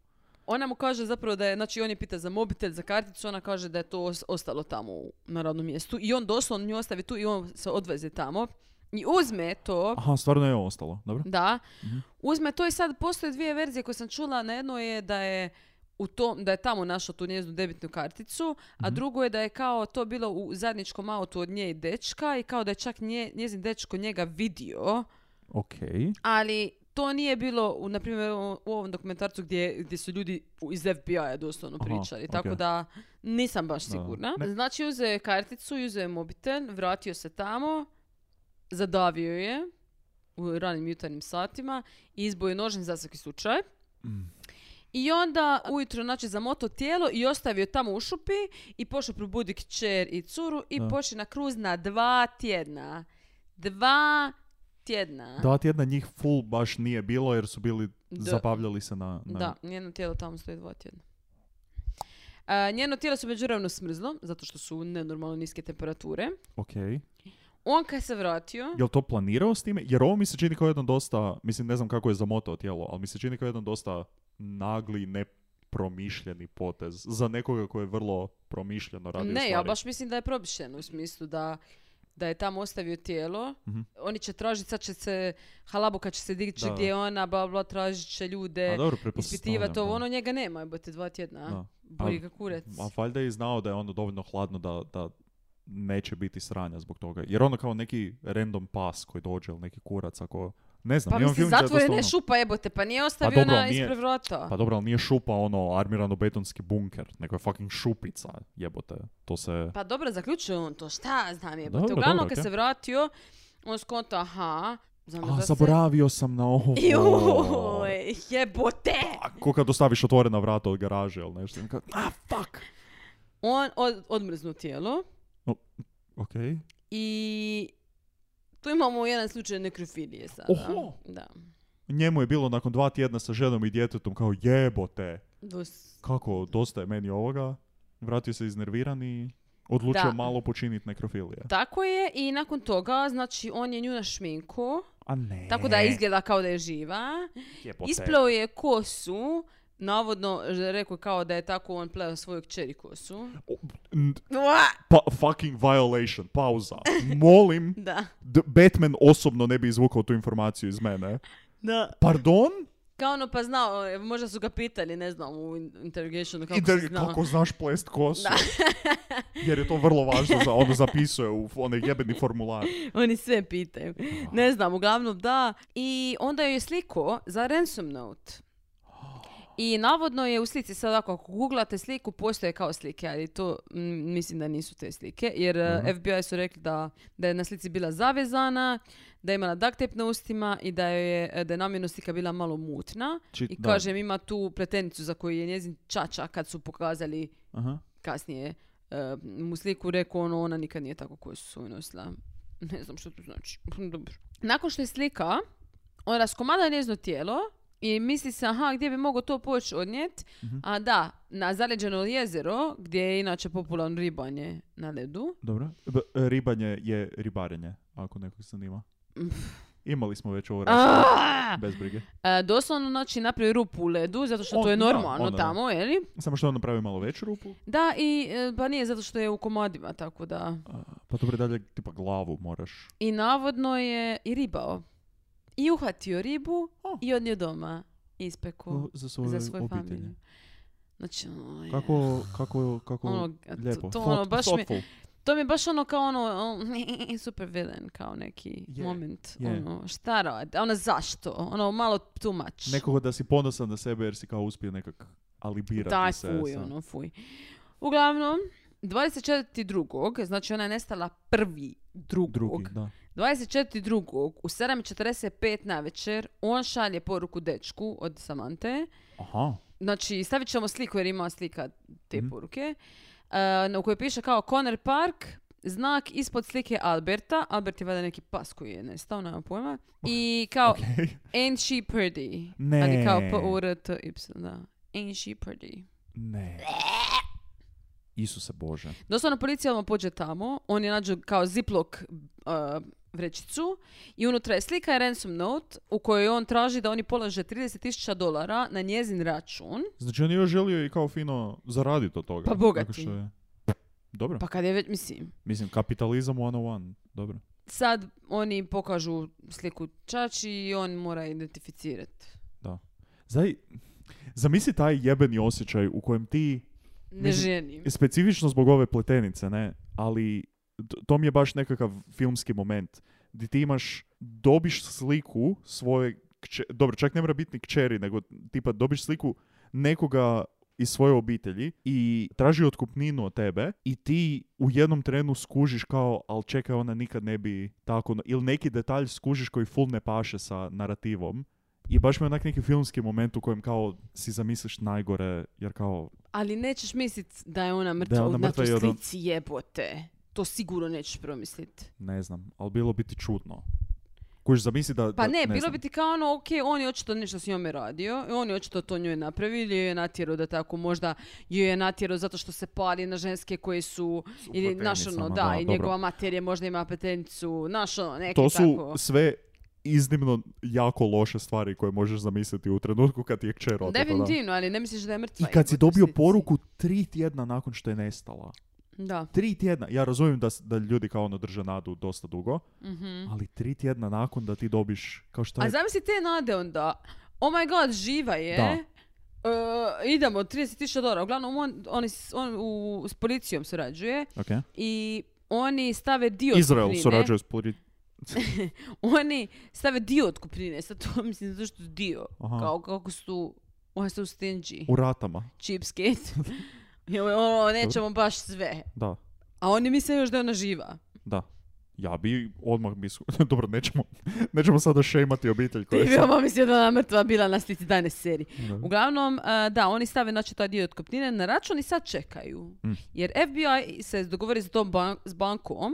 E: Ona mu kaže zapravo da je, znači on je pita za mobitel, za karticu, ona kaže da je to os- ostalo tamo u- na radnom mjestu i on doslovno nju ostavi tu i on se odveze tamo I uzme to,
D: Aha, stvarno je ostalo, dobro?
E: da,
D: Mhm.
E: uzme to i sad postoje dvije verzije koje sam čula. Na jedno je da je u tom, da je tamo našao tu njezinu debitnu karticu,
D: Mhm.
E: a drugo je da je kao to bilo u zadničkom autu od nje i dečka i kao da je čak nje, njezin dečko njega vidio.
D: Ok.
E: Ali to nije bilo, u, na primjer, u u ovom dokumentarcu gdje, gdje su ljudi u- iz FBI-a doslovno
D: Aha,
E: pričali. Tako
D: ok.
E: da nisam baš
D: Da.
E: sigurna.
D: Ne-
E: Znači, uzeo je karticu, uzeo je mobitel, vratio se tamo, zadavio je u ranim jutarnjim satima i izbio je nožem za svaki slučaj.
D: Mm.
E: I onda ujutro znači zamoto tijelo i ostavio tamo u šupi i pošao probudi kćer i curu i
D: Da.
E: pošao na kruz na dva tjedna. Dva tjedna.
D: Dva tjedna njih full baš nije bilo jer su bili,
E: Da.
D: zabavljali se na... na...
E: Da, njeno tijelo tamo stoji dva tjedna. A, njeno tijelo se međuravno smrzlo, zato što su nenormalno niske temperature.
D: Ok.
E: On kad se vratio,
D: Jel to planirao s time? Jer ovo mi se čini kao jedan dosta, mislim ne znam kako je zamotao tijelo, ali mi se čini kao jedan dosta nagli, nepromišljeni potez za nekoga koji je vrlo promišljeno radio
E: ne,
D: stvari.
E: ja baš mislim da je probišeno u smislu da da je tamo ostavio tijelo,
D: Mhm.
E: oni će tražiti, sad će se, halabuka će se dići
D: Da.
E: gdje je ona, bla bla, tražit će ljude,
D: A dobro,
E: ispitivati
D: pretpostavljam,
E: ovo,
D: da.
E: ono njega nema, jebote, dva tjedna,
D: Da.
E: boli
D: A-
E: ga kurac.
D: A valjda je i znao da je ono dovoljno hladno da, da neće biti sranja zbog toga. Jer ono kao neki random pas koji dođe ili neki kurac ako... Ne znam,
E: Pa
D: imam
E: mislim,
D: film da je
E: zatvorena je
D: dosta ono-
E: šupa, jebote, pa nije ostavio
D: dobro,
E: na
D: nije-
E: ispred vrata.
D: Pa dobro, ali nije šupa ono armirano-betonski bunker, nego je fucking šupica, jebote. To se...
E: Pa dobro, zaključuje on to, šta znam je.
D: Dobro,
E: Uglavnom,
D: dobro,
E: kad
D: okej.
E: se vratio, on skonto, aha, znam
D: A,
E: da Pa, se...
D: zaboravio sam na ovo.
E: Joj, jebote!
D: Ko kad ostaviš otvorena vrata od garaže ili nešto. Kao, a, fuck!
E: On od, odmrznu tijelo
D: Ok.
E: i tu imamo jedan slučaj nekrofilije sada.
D: Oho!
E: Da.
D: Njemu je bilo nakon dva tjedna sa ženom i djetetom kao jebote.
E: Dos-
D: Kako, dosta je meni ovoga. Vratio se iznerviran i odlučio
E: Da.
D: malo počiniti nekrofilije.
E: Tako je i nakon toga, znači, on je nju na šminku,
D: A ne.
E: tako da izgleda kao da je živa.
D: Jebote.
E: Ispleo je kosu, navodno že- rekao je kao da je tako on pleo svoju kćeri kosu.
D: O, n- Pa, fucking violation. Pauza. Molim,
E: Da.
D: d- Batman osobno ne bi izvukao tu informaciju iz mene.
E: Da.
D: Pardon?
E: Kao ono pa znao, e, možda su ga pitali, ne znam, u in- interrogationu kako
D: I da,
E: si znao.
D: kako znaš plest kosu. Jer je to vrlo važno, za, ono zapisuje u onaj jebeni formular.
E: Oni sve pitaju. Ne znam, uglavnom da. I onda joj je sliko za ransom note. I navodno je u slici, sad ako ako googlate sliku, postoje kao slike, ali to mm, mislim da nisu te slike, jer e,
D: Mhm.
E: FBI su rekli da, da je na slici bila zavezana, da je imala duct tape na ustima i da, joj je, e, da je namjerno slika bila malo mutna.
D: Či-
E: I
D: da.
E: kažem, ima tu pretenicu za koju je njezin čača kad su pokazali
D: Aha.
E: kasnije e, mu sliku rekao ono, ona nikad nije tako koju su svoju nosila. Ne znam što to znači. Dobro. Nakon što je slika, on raskomada njezno tijelo i misli se, aha, gdje bi mogao to poći odnijet.
D: Mhm.
E: A da, na zaleđeno jezero, gdje je inače popularno ribanje na ledu.
D: Dobro. B- ribanje je ribarenje, ako nekog zanima.
E: Mm.
D: Imali smo već ovo raspravu,
E: Ah! Aaaa!
D: bez brige.
E: E, doslovno, znači, napravio rupu u ledu, zato što
D: O,
E: to je
D: da,
E: normalno
D: onda da.
E: tamo, je li?
D: Samo što on napravi malo veću rupu.
E: Da, i, e, pa nije zato što je u komadima, tako da.
D: a, pa dobro dalje, tipa glavu moraš.
E: I navodno je i ribao. I uhvatio ribu
D: O.
E: i odnio doma.
D: o,
E: Ispeku
D: Za svoje,
E: za svoju
D: obitelji.
E: familiju. Znači, ono je-
D: Kako, kako, kako...
E: Ono, to-
D: Lijepo.
E: to ono
D: Thought-
E: baš mi-
D: thoughtful.
E: To mi je baš ono kao ono, ono super villain, kao neki
D: Je,
E: moment.
D: je.
E: Ono, šta radi? Ono, zašto? Ono, malo too much.
D: Nekoga da si ponosan na sebe jer si kao uspio nekak alibirati
E: Daj,
D: se.
E: fuj,
D: sa-
E: ono, fuj. Uglavnom, 24.2. znači ona je nestala prvi drugog.
D: Drugi, da.
E: 24.2. u 7.45 na večer on šalje poruku dečku od Samante.
D: Aha.
E: Znači, stavit ćemo sliku jer ima slika te
D: Mhm.
E: poruke. e, na u kojoj piše kao Conner Park, znak ispod slike Alberta. Albert je valjda neki pas koji je nestao, nema pojma. I kao,
D: Okej.
E: and she pretty.
D: Ne.
E: Ali kao p u r t y da. And she pretty.
D: Ne. Isuse Bože.
E: Doslovno policija vam pođe tamo, oni nađu kao ziplock uh, vrećicu i unutra je slika i ransom note u kojoj on traži da oni polaže 30.000 dolara na njezin račun.
D: Znači on je još želio i kao fino zaraditi od toga.
E: Pa bogati.
D: tako što Pa je- Dobro.
E: Pa kad je već, mislim,
D: Mislim, kapitalizam 101. Dobro.
E: sad oni pokažu sliku čači i on mora identificirati.
D: Zaj, zamisli taj jebeni osjećaj u kojem ti,
E: Ne
D: Mislim,
E: ženi.
D: specifično zbog ove pletenice, ne, ali t- to mi je baš nekakav filmski moment di ti imaš, dobiš sliku svoje, kće, dobro, čak ne mora biti ni kćeri, nego tipa dobiš sliku nekoga iz svoje obitelji i traži otkupninu od tebe i ti u jednom trenu skužiš kao, ali čekaj, ona nikad ne bi tako, ili neki detalj skužiš koji full ne paše sa narativom i baš mi je onak neki filmski moment u kojem kao si zamisliš najgore, jer kao,
E: Ali nećeš mislit da je ona mrtva
D: ona
E: u- na
D: mrtva
E: toj
D: i od-
E: slici jebote. To sigurno nećeš promislit.
D: ne znam, ali bilo bi ti čudno. Kojiš zamisli da...
E: Pa
D: da-
E: ne, bilo
D: znam.
E: bi ti kao ono, ok, on je očito nešto s njome radio, i on je očito to njoj napravio ili joj je natjerao da tako možda joj je natjerao zato što se pali na ženske koje su, ili naš ono,
D: pletenicama,
E: da,
D: da,
E: i
D: dobro.
E: njegova materija možda ima petenicu, naš ono, neki
D: To su
E: tako.
D: sve iznimno jako loše stvari koje možeš zamisliti u trenutku kad ti je kćer oteta, da.
E: Definitivno, ali ne misliš da je mrtva.
D: I kad si
E: jebote, u
D: dobio
E: slici.
D: poruku tri tjedna nakon što je nestala.
E: Da.
D: Tri tjedna. Ja razumijem da, s- da ljudi kao ono drže nadu dosta dugo,
E: Mhm.
D: ali tri tjedna nakon da ti dobiš kao što
E: A
D: je...
E: zamisli te nade onda. Oh my god, živa je.
D: Da.
E: E, idemo, 30.000 dolara. Uglavnom, on, oni s- on u, s policijom surađuje
D: Okay.
E: i oni stave dio
D: Izrael
E: otkupnine.
D: surađuje s Puri...
E: Oni stave dio otkupnine. Sad to mislim zašto dio.
D: Aha.
E: Kao kako su... Oni su stingy.
D: U ratama,
E: Cheapskate. I ono, ono, nećemo baš sve.
D: da.
E: A oni misle još da je ona živa.
D: Da. Ja bi odmah mislim... Dobro, nećemo, nećemo sada šejmati obitelj koja
E: Ti
D: je...
E: bi ovo mislio da je ona mrtva bila na slici danes seriji. Uglavnom, e, da, oni stave znači, taj dio otkupnine na račun i sad čekaju.
D: Mm.
E: Jer FBI se dogovori s, tom ban- s bankom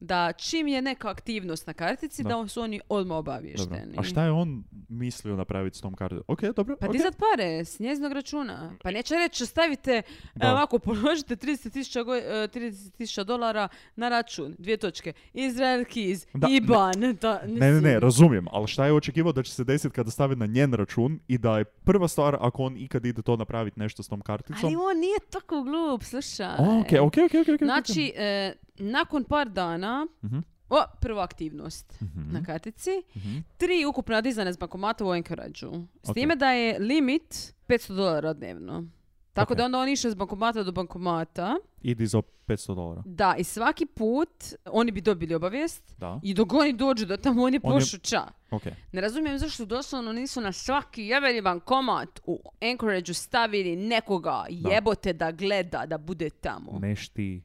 E: da čim je neka aktivnost na kartici, da,
D: Mhm. Da.
E: su oni odmah
D: Dobro.
E: obavješteni.
D: A šta je on mislio napraviti s tom kartom? Ok, dobro.
E: Pa
D: ok.
E: dizat pare s njezinog računa. Pa neće reći, stavite, e,
D: Da.
E: ovako, položite 30.000 go- e, 30.000 dolara na račun, dvije točke. Izrael Keys,
D: Da, ne.
E: IBAN. da,
D: Ne, ne, ne,
E: mislim.
D: razumijem, ali šta je očekivao da će se desiti kada stavi na njen račun i da je prva stvar ako on ikad ide to napraviti nešto s tom karticom.
E: Ali on nije tako glup, slušaj.
D: O, Ok, ok, ok, ok, ok.
E: Znači, e, nakon par dana,
D: Mhm.
E: o, prva aktivnost
D: Mhm.
E: na kartici,
D: Mhm.
E: tri ukupna dizane s bankomata u Anchorageu. S
D: Ok.
E: time da je limit 500 dolara dnevno. Tako
D: Ok.
E: da onda on išao s bankomata do bankomata,
D: Idi za 500 dolara.
E: da, i svaki put oni bi dobili obavijest
D: Da,
E: i dok oni dođu do tamo, on je
D: On je-
E: pošao ča.
D: ok.
E: Ne razumijem zašto doslovno nisu na svaki jebeni bankomat u Anchorageu stavili nekoga jebote da gleda, da bude tamo.
D: Nešti.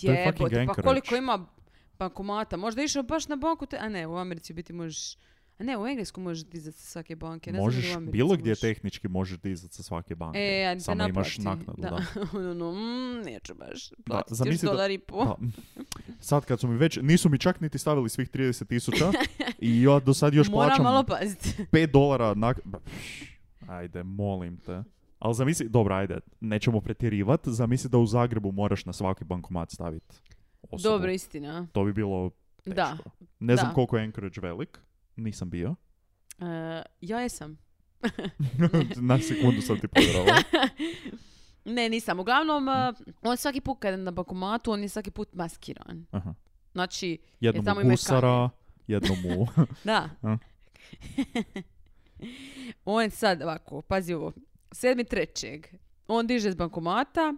D: To je fucking
E: Jebote, pa
D: Anchorage.
E: koliko ima bankomata. Možda je išao baš na banku, te... a ne, u Americi u biti možeš... A ne, u Englesku možeš dizati sa svake banke. Ne znam da li
D: Možeš,
E: u Americi
D: bilo gdje
E: možeš.
D: tehnički možeš dizati sa svake banke.
E: E, ali te
D: Samo imaš
E: naplati.
D: naknadu,
E: Da.
D: da.
E: ono, no, mm, neću baš. Platit ćeš
D: zamisli da-
E: dolar i pol.
D: Pa, sad kad su mi već, nisu mi čak niti stavili svih 30 tisuća i ja do sad još
E: Moram
D: plaćam
E: malo paziti.
D: 5 dolara nak... ba, pš, Ajde, molim te. Ali zamisli, dobro, ajde, nećemo pretjerivat, zamisli da u Zagrebu moraš na svaki bankomat staviti osobu.
E: Dobro, istina.
D: To bi bilo teško.
E: Da.
D: Ne znam
E: da.
D: koliko je Anchorage velik, nisam bio.
E: E, ja jesam.
D: na sekundu sam ti povjerovao.
E: E, Ne, nisam. Uglavnom, e,
D: Mm.
E: on svaki put kada je na bankomatu, on je svaki put maskiran.
D: Aha.
E: Znači,
D: Jednom
E: tamo
D: u
E: ima
D: gusara, jednom u...
E: Da.
D: A?
E: on sad ovako, pazi ovo. Sedmi trećeg. On diže s bankomata,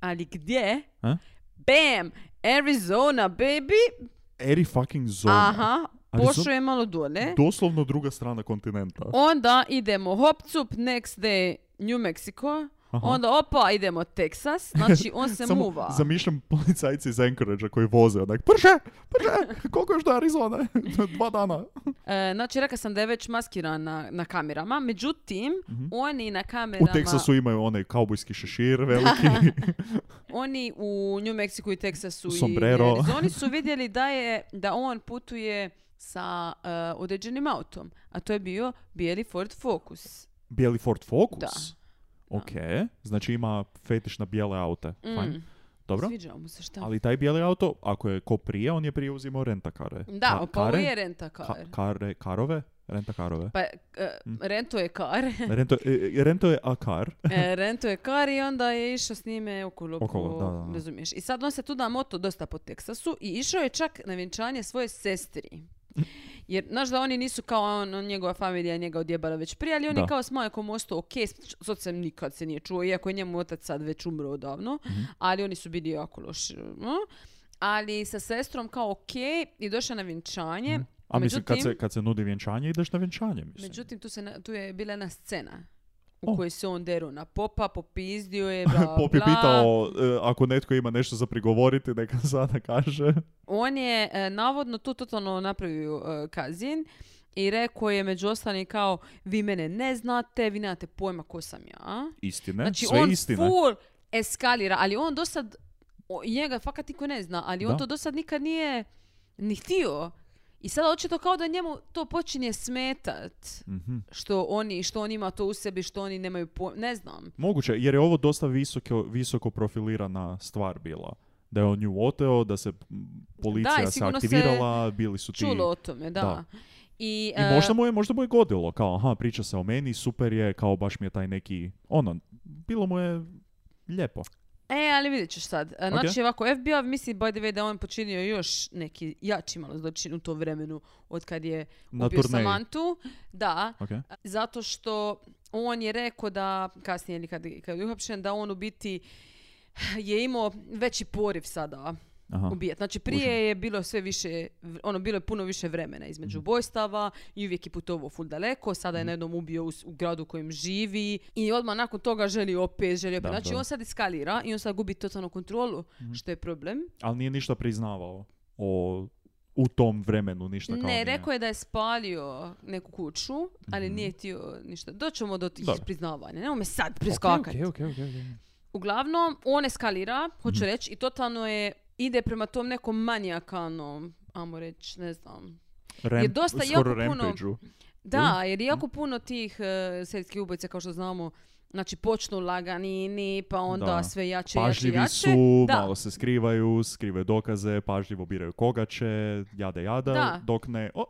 E: ali gdje?
D: A?
E: Bam! Arizona, baby!
D: Eri fucking zona.
E: Aha,
D: Arizona-
E: pošao je malo dole.
D: Doslovno druga strana kontinenta.
E: Onda idemo hopcup, next day New Mexico.
D: Aha.
E: Onda opa, idemo Texas. Znači, on se
D: Samo
E: muva.
D: zamišljam policajci iz Anchorage koji voze onak, prže, prže, koliko još do Arizone? Dva dana.
E: E, znači, rekla sam da je već maskiran na, na kamerama. Međutim, oni na
D: Mhm. U
E: kamerama...
D: Teksasu imaju onaj kaubojski šešir veliki.
E: Oni u New Mexico i Texasu
D: Sombrero.
E: i Arizoni su vidjeli da je da on putuje sa e, određenim autom, a to je bio bijeli Ford Focus.
D: Bijeli Ford Focus?
E: Da.
D: Ok, znači ima fetiš na bijele aute. Fajn.
E: Mm.
D: Dobro.
E: Sviđao mu se šta.
D: Ali taj bijeli auto, ako je ko prije, on je prije uzimao rentakare.
E: da,
D: Ka- Mhm.
E: pa ovo
D: kare?
E: je renta
D: Ka- kare, karove? Renta karove.
E: Pa e, rento je kar.
D: Rento, e, rento je akar.
E: E, rento je kar i onda je išao s njime okolo,
D: Okolo, da, da, da.
E: razumiješ. I sad on se tu da moto dosta po Teksasu i išao je čak na vjenčanje svoje sestri. Jer, znaš da oni nisu kao on, on- njegova familija je njega odjebala već prije, ali on
D: Da.
E: je kao s majkom ostao ok, sad se nikad se nije čuo, iako je njemu otac sad već umro odavno,
D: Mhm.
E: ali oni su bili jako loši. no. Ali sa sestrom kao ok i došao na vjenčanje.
D: Mhm. A mislim, kad
E: Međutim-
D: se, kad se nudi vjenčanje, ideš na vjenčanje, mislim.
E: Međutim, tu, se, na- tu je bila jedna scena u
D: O.
E: kojoj se on deru na popa, popizdio je, bla,
D: Pop je
E: bla.
D: pitao e, ako netko ima nešto za prigovoriti, neka sada kaže.
E: Znači, On je e, navodno tu totalno napravio e, kazin i rekao je među ostalim kao vi mene ne znate, vi nemate pojma ko sam ja.
D: Istine,
E: Znači
D: E, sve
E: on
D: istine.
E: full eskalira, ali on do sad, o- njega fakat niko ne zna, ali
D: Da.
E: on to do sad nikad nije ni htio. I sada očito kao da njemu to počinje smetat.
D: Mhm.
E: Što oni, što on ima to u sebi, što oni nemaju pojma, ne znam.
D: Moguće, jer je ovo dosta visoko, visoko profilirana stvar bila. Da je on nju oteo, da se m, policija
E: Da, i
D: se
E: sigurno se
D: aktivirala, bili su ti...
E: Čulo o tome, da.
D: Da.
E: I,
D: I
E: e,
D: možda mu, je, možda mu je godilo, kao aha, priča se o meni, super je, kao baš mi je taj neki, ono, bilo mu je lijepo.
E: E, ali vidjet ćeš sad. E, Znači, ovako, FBI misli, by the way, da je on počinio još neki jači malo zločin u to vremenu od kad je
D: Na
E: ubio E,
D: turneji.
E: Samantu. Da,
D: Ok.
E: zato što on je rekao da, kasnije ili kad, kad je uhapšen, da on u biti je imao veći poriv sada
D: Aha.
E: ubijat. Znači prije je bilo sve više, v- ono bilo je puno više vremena između
D: Mhm.
E: bojstava i uvijek je putovao ful daleko, sada je na jednom ubio u, s- u gradu u kojem živi i odmah nakon toga želi opet, želi opet.
D: Da,
E: znači
D: da. Mhm.
E: on sad eskalira i on sad gubi totalnu kontrolu, što je problem.
D: Ali nije ništa priznavao o, u tom vremenu, ništa kao
E: ne,
D: nije.
E: rekao je da je spalio neku kuću, ali nije htio ništa. Doćemo do tih
D: Mhm. Dobro.
E: priznavanja, nemoj me sad preskakati. Uglavnom, on eskalira,
D: Mhm.
E: hoću reći, i totalno je, ide prema tom nekom manijakalnom, ajmo reći, ne znam,
D: Ram-
E: Je dosta
D: skoro
E: jako puno-
D: rampage-u.
E: Da, jer jako puno tih uh, serijskih ubojica, kao što znamo, znači počnu laganini, pa onda
D: Da.
E: sve jače,
D: Pažljivi
E: Znači, jače, jače.
D: su,
E: da.
D: malo se skrivaju, skrivaju dokaze, pažljivo biraju koga će, jada jada,
E: Da.
D: dok ne, o,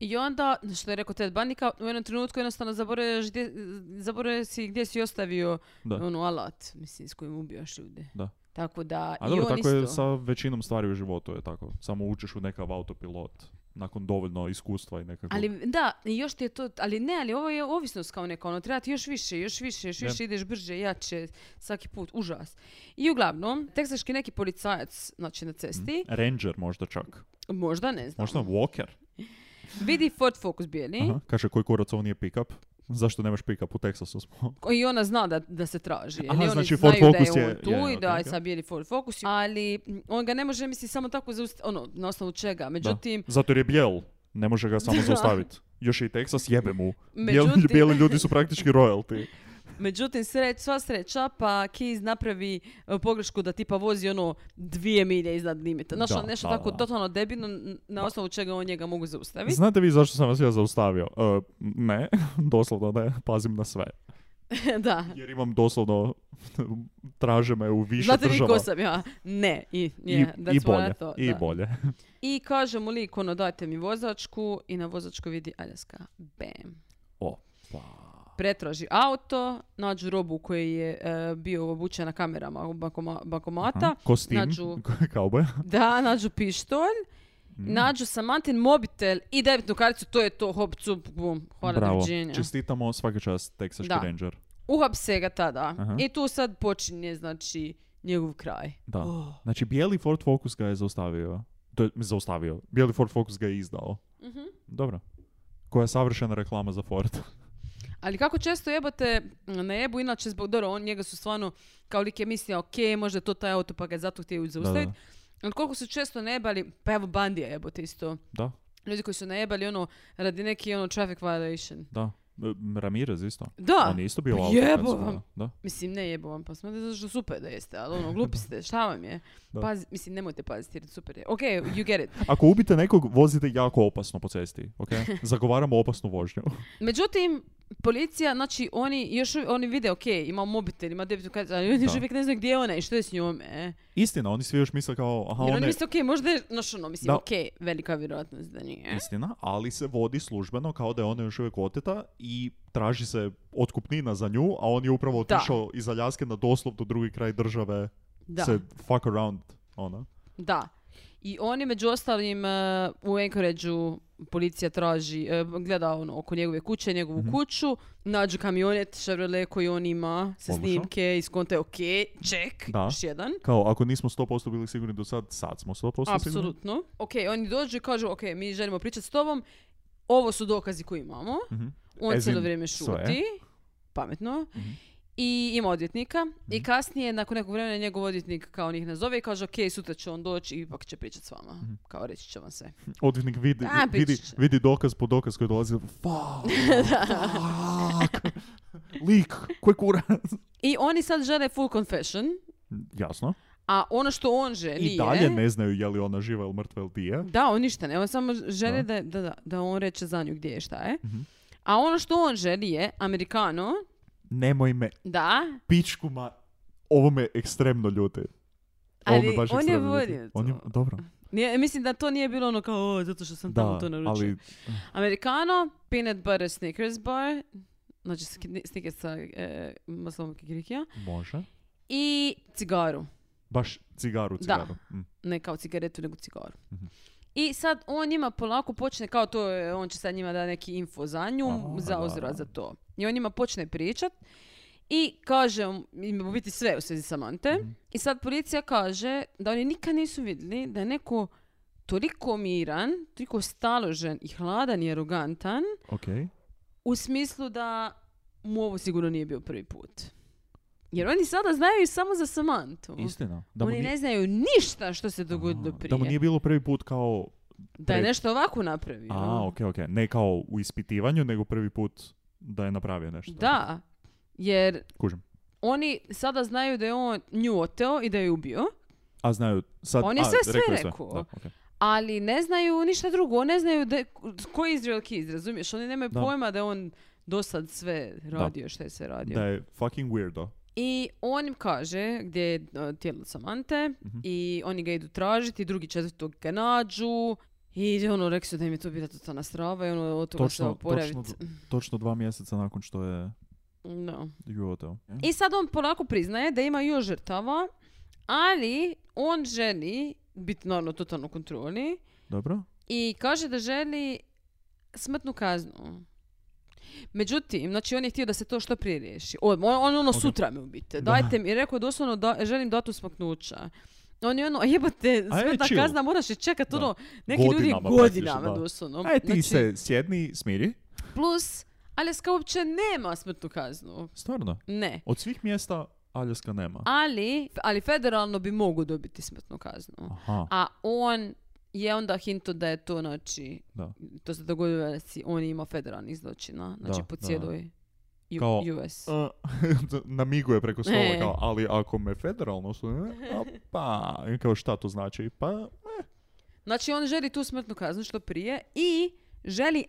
E: I onda, što je rekao Ted Bundy, kao u jednom trenutku jednostavno zaboravljaš gdje, zaboravljaš si gdje si ostavio
D: Da.
E: ono alat, mislim, s kojim ubijaš ljude.
D: Da.
E: Tako da,
D: A
E: i
D: dobro,
E: on
D: tako
E: isto.
D: je sa većinom stvari u životu je tako. Samo učiš u nekav autopilot nakon dovoljno iskustva i nekakvog... hm,
E: Ali da, i još ti je to, ali ne, ali ovo je ovisnost kao neka, ono, treba ti još više, još više, još
D: Da.
E: više, ideš brže, jače, svaki put, užas. I uglavnom, teksaški neki policajac, znači na cesti,
D: Ranger možda čak.
E: možda ne znam,
D: Možda Walker.
E: vidi Ford Focus bijeli
D: Aha, kaže koji kurac ovo nije pick-up. Zašto nemaš pick-up u Teksasu smo?
E: i ona zna da, da se traži, jer
D: Aha,
E: oni
D: znači
E: znaju
D: Ford Focus
E: da je
D: je-
E: on tu
D: je,
E: i da
D: ok,
E: je
D: ok.
E: sad bijeli Ford Focus, ali mm, on ga ne može, misli, samo tako zaustaviti, ono, na osnovu čega, međutim,
D: Da. Zato jer je bijel. Ne može ga samo
E: Da.
D: zaustaviti. Još je i Teksas, jebe mu. Bijeli,
E: Međutim-
D: bijeli ljudi su praktički royalty.
E: Međutim, sreć, sva sreća, pa Keys napravi e, pogrešku da tipa vozi ono dvije milje iznad limita. Znaš,
D: Da,
E: ono, nešto
D: da,
E: tako
D: da.
E: totalno debino n- na osnovu čega on njega mogu zaustaviti.
D: Znate vi zašto sam vas ja zaustavio? E, ne, doslovno ne, pazim na sve.
E: da.
D: Jer imam doslovno, traže me u više
E: Znate vi
D: država.
E: ko sam ja? Ne. I,
D: I,
E: yeah, that's
D: i
E: what
D: bolje,
E: I thought,
D: i
E: da.
D: bolje.
E: I kaže mu lik, ono, dajte mi vozačku i na vozačku vidi Aljaska. Bam. Pretraži auto, nađu robu koji je e, bio obučen na kamerama u bankoma- bankomata.
D: Aha, Kostim,
E: nađu-
D: kauboja.
E: Da, nađu pištolj,
D: Mm.
E: nađu Samantin mobitel i debitnu karticu, to je to, hop, cup, bum, hvala
D: Bravo.
E: doviđenja.
D: Čestitamo svaki čas Texaški
E: Da.
D: Ranger.
E: Uhapse ga tada.
D: Aha.
E: I tu sad počinje, znači, njegov kraj.
D: Da.
E: Oh.
D: Znači, bijeli Ford Focus ga je zaustavio. To je zaustavio. Bijeli Ford Focus ga je izdao.
E: Mhm.
D: Dobro. Koja je savršena reklama za Ford.
E: Ali kako često jebote na jebu, inače zbog dobro, on njega su stvarno, kao lik je mislio, ok, možda je to taj auto, pa ga je zato htio zaustaviti. Ali koliko su često najebali, pa evo Bandija jebote isto.
D: Da,
E: Ljudi koji su najebali ono, radi neki ono traffic violation.
D: da. M- Ramirez isto.
E: Da.
D: On je isto bio
E: Pa
D: u
E: jebo
D: Outlandu,
E: vam.
D: Da.
E: Mislim, ne jebo vam, pa smatrate zato što super da jeste, ali ono, glupi ste, šta vam je?
D: Da.
E: Pazi, mislim, nemojte paziti jer super je. Ok, you get it.
D: Ako ubite nekog, vozite jako opasno po cesti. ok? Zagovaramo opasnu vožnju.
E: Međutim, policija, znači, oni još uvi- oni vide, ok, ima mobitel, ima debitnu karticu, ali oni još
D: Da.
E: uvijek ne znaju gdje je ona i što je s njome. e.
D: Istina, oni svi još misle kao, aha,
E: Jer
D: on
E: oni
D: je-
E: misle, ok, možda je, znaš ono, mislim,
D: Da.
E: ok, velika vjerojatnost da nije.
D: Istina, ali se vodi službeno kao da je ona još uvijek oteta i traži se otkupnina za nju, a on je upravo
E: Da.
D: otišao iz Aljaske na doslovno drugi kraj države
E: Da,
D: se fuck around ono. ona.
E: da. I oni, među ostalim, e, u Anchorageu policija traži, e, gleda ono, oko njegove kuće, njegovu
D: Mhm.
E: kuću, nađu kamionet Chevrolet koji on ima sa
D: Odlično.
E: snimke i skonta je ok, ček,
D: Da.
E: još jedan.
D: Kao, ako nismo 100% bili sigurni do sad, sad smo 100% sigurni.
E: Apsolutno. Ok, oni dođu i kažu, ok, mi želimo pričati s tobom, ovo su dokazi koje imamo.
D: Mhm.
E: On
D: As
E: cijelo
D: in Mhm.
E: vrijeme
D: sve.
E: šuti, pametno, i ima odvjetnika. I
D: Mhm.
E: kasnije, nakon nekog vremena, njegov odvjetnik kao njih nazove i kaže, ok, sutra će on doći i ipak će pričati s vama.
D: Mhm.
E: Kao reći će vam sve.
D: Odvjetnik vidi,
E: Da, bit
D: vidi,
E: će.
D: vidi dokaz po dokaz koji dolazi. Fuck, fuck. Lik, koji kurac.
E: I oni sad žele full confession,
D: Jasno.
E: a ono što on želi
D: I
E: je-
D: dalje ne znaju je li ona živa ili mrtva ili di je.
E: Da, on ništa ne. On samo želi da, da, da, da on reče za nju gdje je, šta je.
D: Mhm.
E: A ono što on želi je, Amerikano,
D: Nemoj me
E: da,
D: pičku ma... Ovo me ekstremno ljuti. Ovo me
E: Ali
D: baš
E: on je
D: ekstremno ljuti.
E: vodio
D: On je,
E: to.
D: dobro.
E: Nije, mislim da to nije bilo ono kao, "O, zato što sam tamo
D: Da,
E: to naručio.
D: ali
E: Americano, peanut butter Snickers bar, znači sk- Snickers sa e, maslom kikirikija,
D: može.
E: i cigaru.
D: Baš cigaru, cigaru. Mm.
E: Ne kao cigaretu, nego cigaru.
D: Mhm.
E: I sad on njima polako počne, kao to, je, on će sad njima da neki info za nju,
D: A,
E: za
D: da.
E: uzvrat za to. I on njima počne pričat i kaže im u biti sve u svezi Samante.
D: Mhm.
E: I sad policija kaže da oni nikad nisu vidjeli da je neko toliko miran, toliko staložen i hladan i arogantan
D: Ok.
E: U smislu da mu ovo sigurno nije bio prvi put. Jer oni sada znaju samo za Samantu.
D: Istina. Da mu,
E: oni
D: nije,
E: ne znaju ništa što se dogodilo
D: A,
E: prije.
D: da mu nije bilo prvi put kao...
E: Da je
D: pre-
E: nešto ovako napravio.
D: A, ok, ok. Ne kao u ispitivanju, nego prvi put da je napravio nešto.
E: Da. Jer
D: Kužim.
E: oni sada znaju da je on nju oteo i da je ubio,
D: A znaju, sad...
E: On je
D: a,
E: sve, sve
D: rekao je
E: rekao.
D: Da, ok.
E: ali ne znaju ništa drugo. Ne znaju da, koji je Israel Keys, razumiješ? Oni nemaju
D: Da.
E: pojma da je on do sad sve radio, što je sve radio.
D: Da je fucking weirdo.
E: I on im kaže gdje je e, tijelo Samante
D: Mhm.
E: i oni ga idu tražiti, drugi četvrtog ga nađu i ono rekli su da im je to bila totalna strava i ono od toga se
D: Točno, točno,
E: oporaviti.
D: točno dva mjeseca nakon što je
E: No.
D: ju oteo.
E: I sad on polako priznaje da ima još žrtava, ali on želi biti naravno totalno u kontroli
D: Dobro?
E: i kaže da želi smrtnu kaznu. Međutim, znači on je htio da se to što prije riješi. Odmah, on, on ono sutra me ubite.
D: Da.
E: Dajte mi, rekao je doslovno da, želim datu smaknuća. On je ono, a jebate,
D: A je,
E: smrtna
D: chill.
E: kazna, moraš je čekat
D: Da.
E: ono, neki
D: Godinama praktično,
E: ljudi godinama
D: da.
E: doslovno.
D: Aj ti
E: Znači,
D: se sjedni, smiri.
E: Plus, Aljaska uopće nema smrtnu kaznu.
D: Stvarno.
E: Ne.
D: Od svih mjesta Aljaska nema.
E: Ali, ali federalno bi mogu dobiti smrtnu kaznu.
D: Aha,
E: A on je onda hinto da je to, znači,
D: da.
E: to se dogodilo da si on ima federalnih zločina, znači
D: Da,
E: po
D: da.
E: cijeloj U-
D: Kao-
E: US.
D: E, Namiguje preko stola
E: E.
D: kao, ali ako me federalno su, pa, kao šta to znači? Pa,
E: Znači on želi tu smrtnu kaznu što prije i želi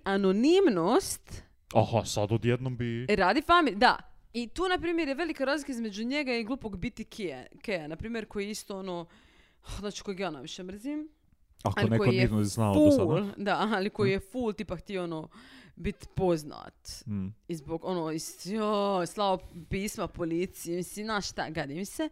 E: anonimnost
D: aha, sad odjednom bi...
E: radi familije, da. I tu, na primjer, je velika razlika između njega i glupog BTK-a, na primjer, koji je isto ono, znači kojeg ja najviše mrzim,
D: ako
E: ali
D: neko
E: koji je
D: nije znao do
E: full,
D: sada. Hm.
E: da, ali koji je full tipa htio ono, bit poznat.
D: Mm,
E: I zbog ono, is- jo, slao pisma policiji, mislim, na šta, gadim se.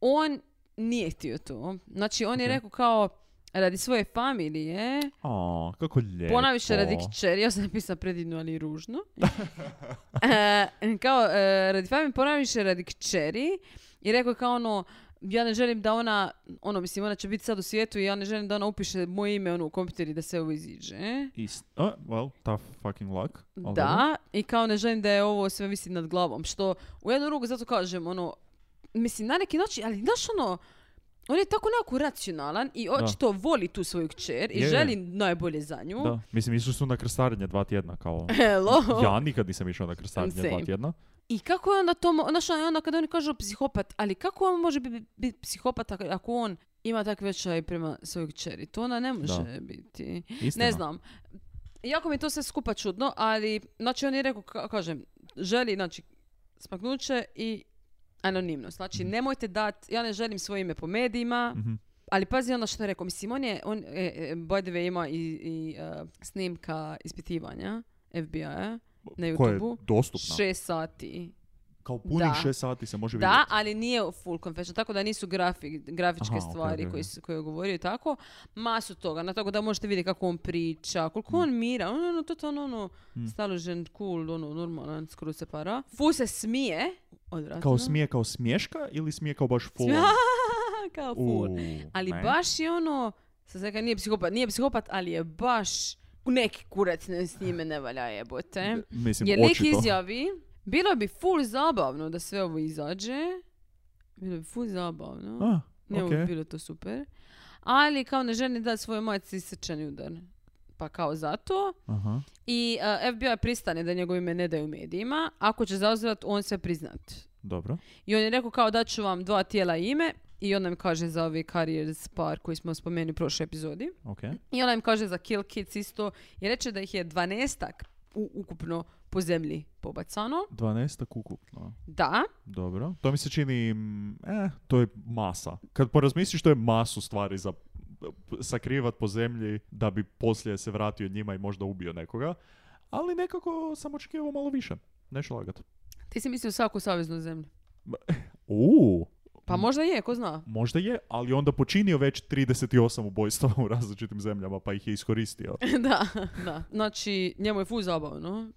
E: On nije htio to. Znači, on je
D: Ok.
E: rekao kao, radi svoje familije,
D: A, kako lijepo.
E: Ponajviše radi kćeri, ja sam napisala predivno, ali i ružno. E, kao, e, radi fame, ponajviše radi kćeri i rekao je kao ono, ja ne želim da ona, ono mislim, ona će biti sad u svijetu i ja ne želim da ona upiše moje ime ono, u kompjuter i da se ovo iziđe.
D: Ist- a, well, tough fucking luck. ali dobro.
E: Da, i kao ne želim da je ovo sve visi nad glavom, što u jednu ruku zato kažem, ono, mislim, na neki način, ali znaš ono, on je tako nekako racionalan i očito voli tu svoju kćer i
D: Je, je.
E: želi najbolje za nju.
D: Da. Mislim, išli su na krstarenje dva tjedna kao...
E: Hello.
D: Ja nikad nisam išao na krstarenje dva
E: Same.
D: tjedna.
E: I kako je onda to, mo- znaš, ono, onda kada oni kažu psihopat, ali kako on može biti psihopat ako- ako on ima takve veća prema svojoj kćeri? To ona ne može biti.
D: Istina.
E: Ne znam. Jako mi je to sve skupa čudno, ali znači on je rekao, ka- kažem, želi znači smaknuće i anonimnost. Znači nemojte dat, ja ne želim svoje ime po medijima,
D: Mhm.
E: ali pazi ono što je rekao. Mislim, on je, on, e, e, by the way, ima i, i, e, snimka ispitivanja FBI-a na
D: Koja je
E: YouTube-u.
D: dostupna.
E: Šest sati.
D: Kao punih
E: Da.
D: šest sati se može
E: Da,
D: vidjeti.
E: ali nije full confession, tako da nisu grafi, grafičke
D: Aha, okej,
E: stvari
D: okej,
E: koje,
D: okej.
E: su, koje je govorio i tako. Masu toga, na tako da možete vidjeti kako on priča, koliko on mira, ono, ono, totalno, ono,
D: Hmm.
E: staložen, cool, ono, normalan, skoro se para. Fu se smije, odvratno.
D: Kao smije kao smješka ili smije kao baš full?
E: Smija-
D: on?
E: Kao full.
D: U,
E: Ali
D: ne.
E: baš je ono, sad sam rekla, nije psihopat, nije psihopat, ali je baš neki kurac ne, s njime ne valja jebote.
D: Mislim,
E: Jer lik
D: očito.
E: izjavi, bilo bi full zabavno da sve ovo izađe. Bilo bi full zabavno.
D: A,
E: Ne
D: okej.
E: bi bilo to super. Ali kao ne želi dati svojoj majci srčani udar. Pa kao zato.
D: Aha.
E: I e, FBI pristane da njegovo ime ne daju medijima. Ako će zauzvrat, on se priznat.
D: Dobro.
E: I on je rekao kao da ću vam dva tijela i ime. I on nam kaže za ovi careers par koji smo spomenuli u prošloj epizodi.
D: Ok.
E: I ona im kaže za Kill Kids isto. I reče da ih je dvanestak u, ukupno po zemlji pobacano.
D: 12 ukupno.
E: Da.
D: Dobro. To mi se čini, mm, eh, to je masa. Kad porazmisliš to je masu stvari za p- sakrivat po zemlji da bi poslije se vratio njima i možda ubio nekoga. Ali nekako sam očekivao malo više. Neću lagat.
E: Ti si mislio svaku saveznu zemlju.
D: Uuu,
E: Pa
D: Mm.
E: možda je, ko zna.
D: možda je, ali onda počinio već 38 ubojstva u različitim zemljama pa ih je iskoristio.
E: da, da. Znači, njemu je fuz zabavno.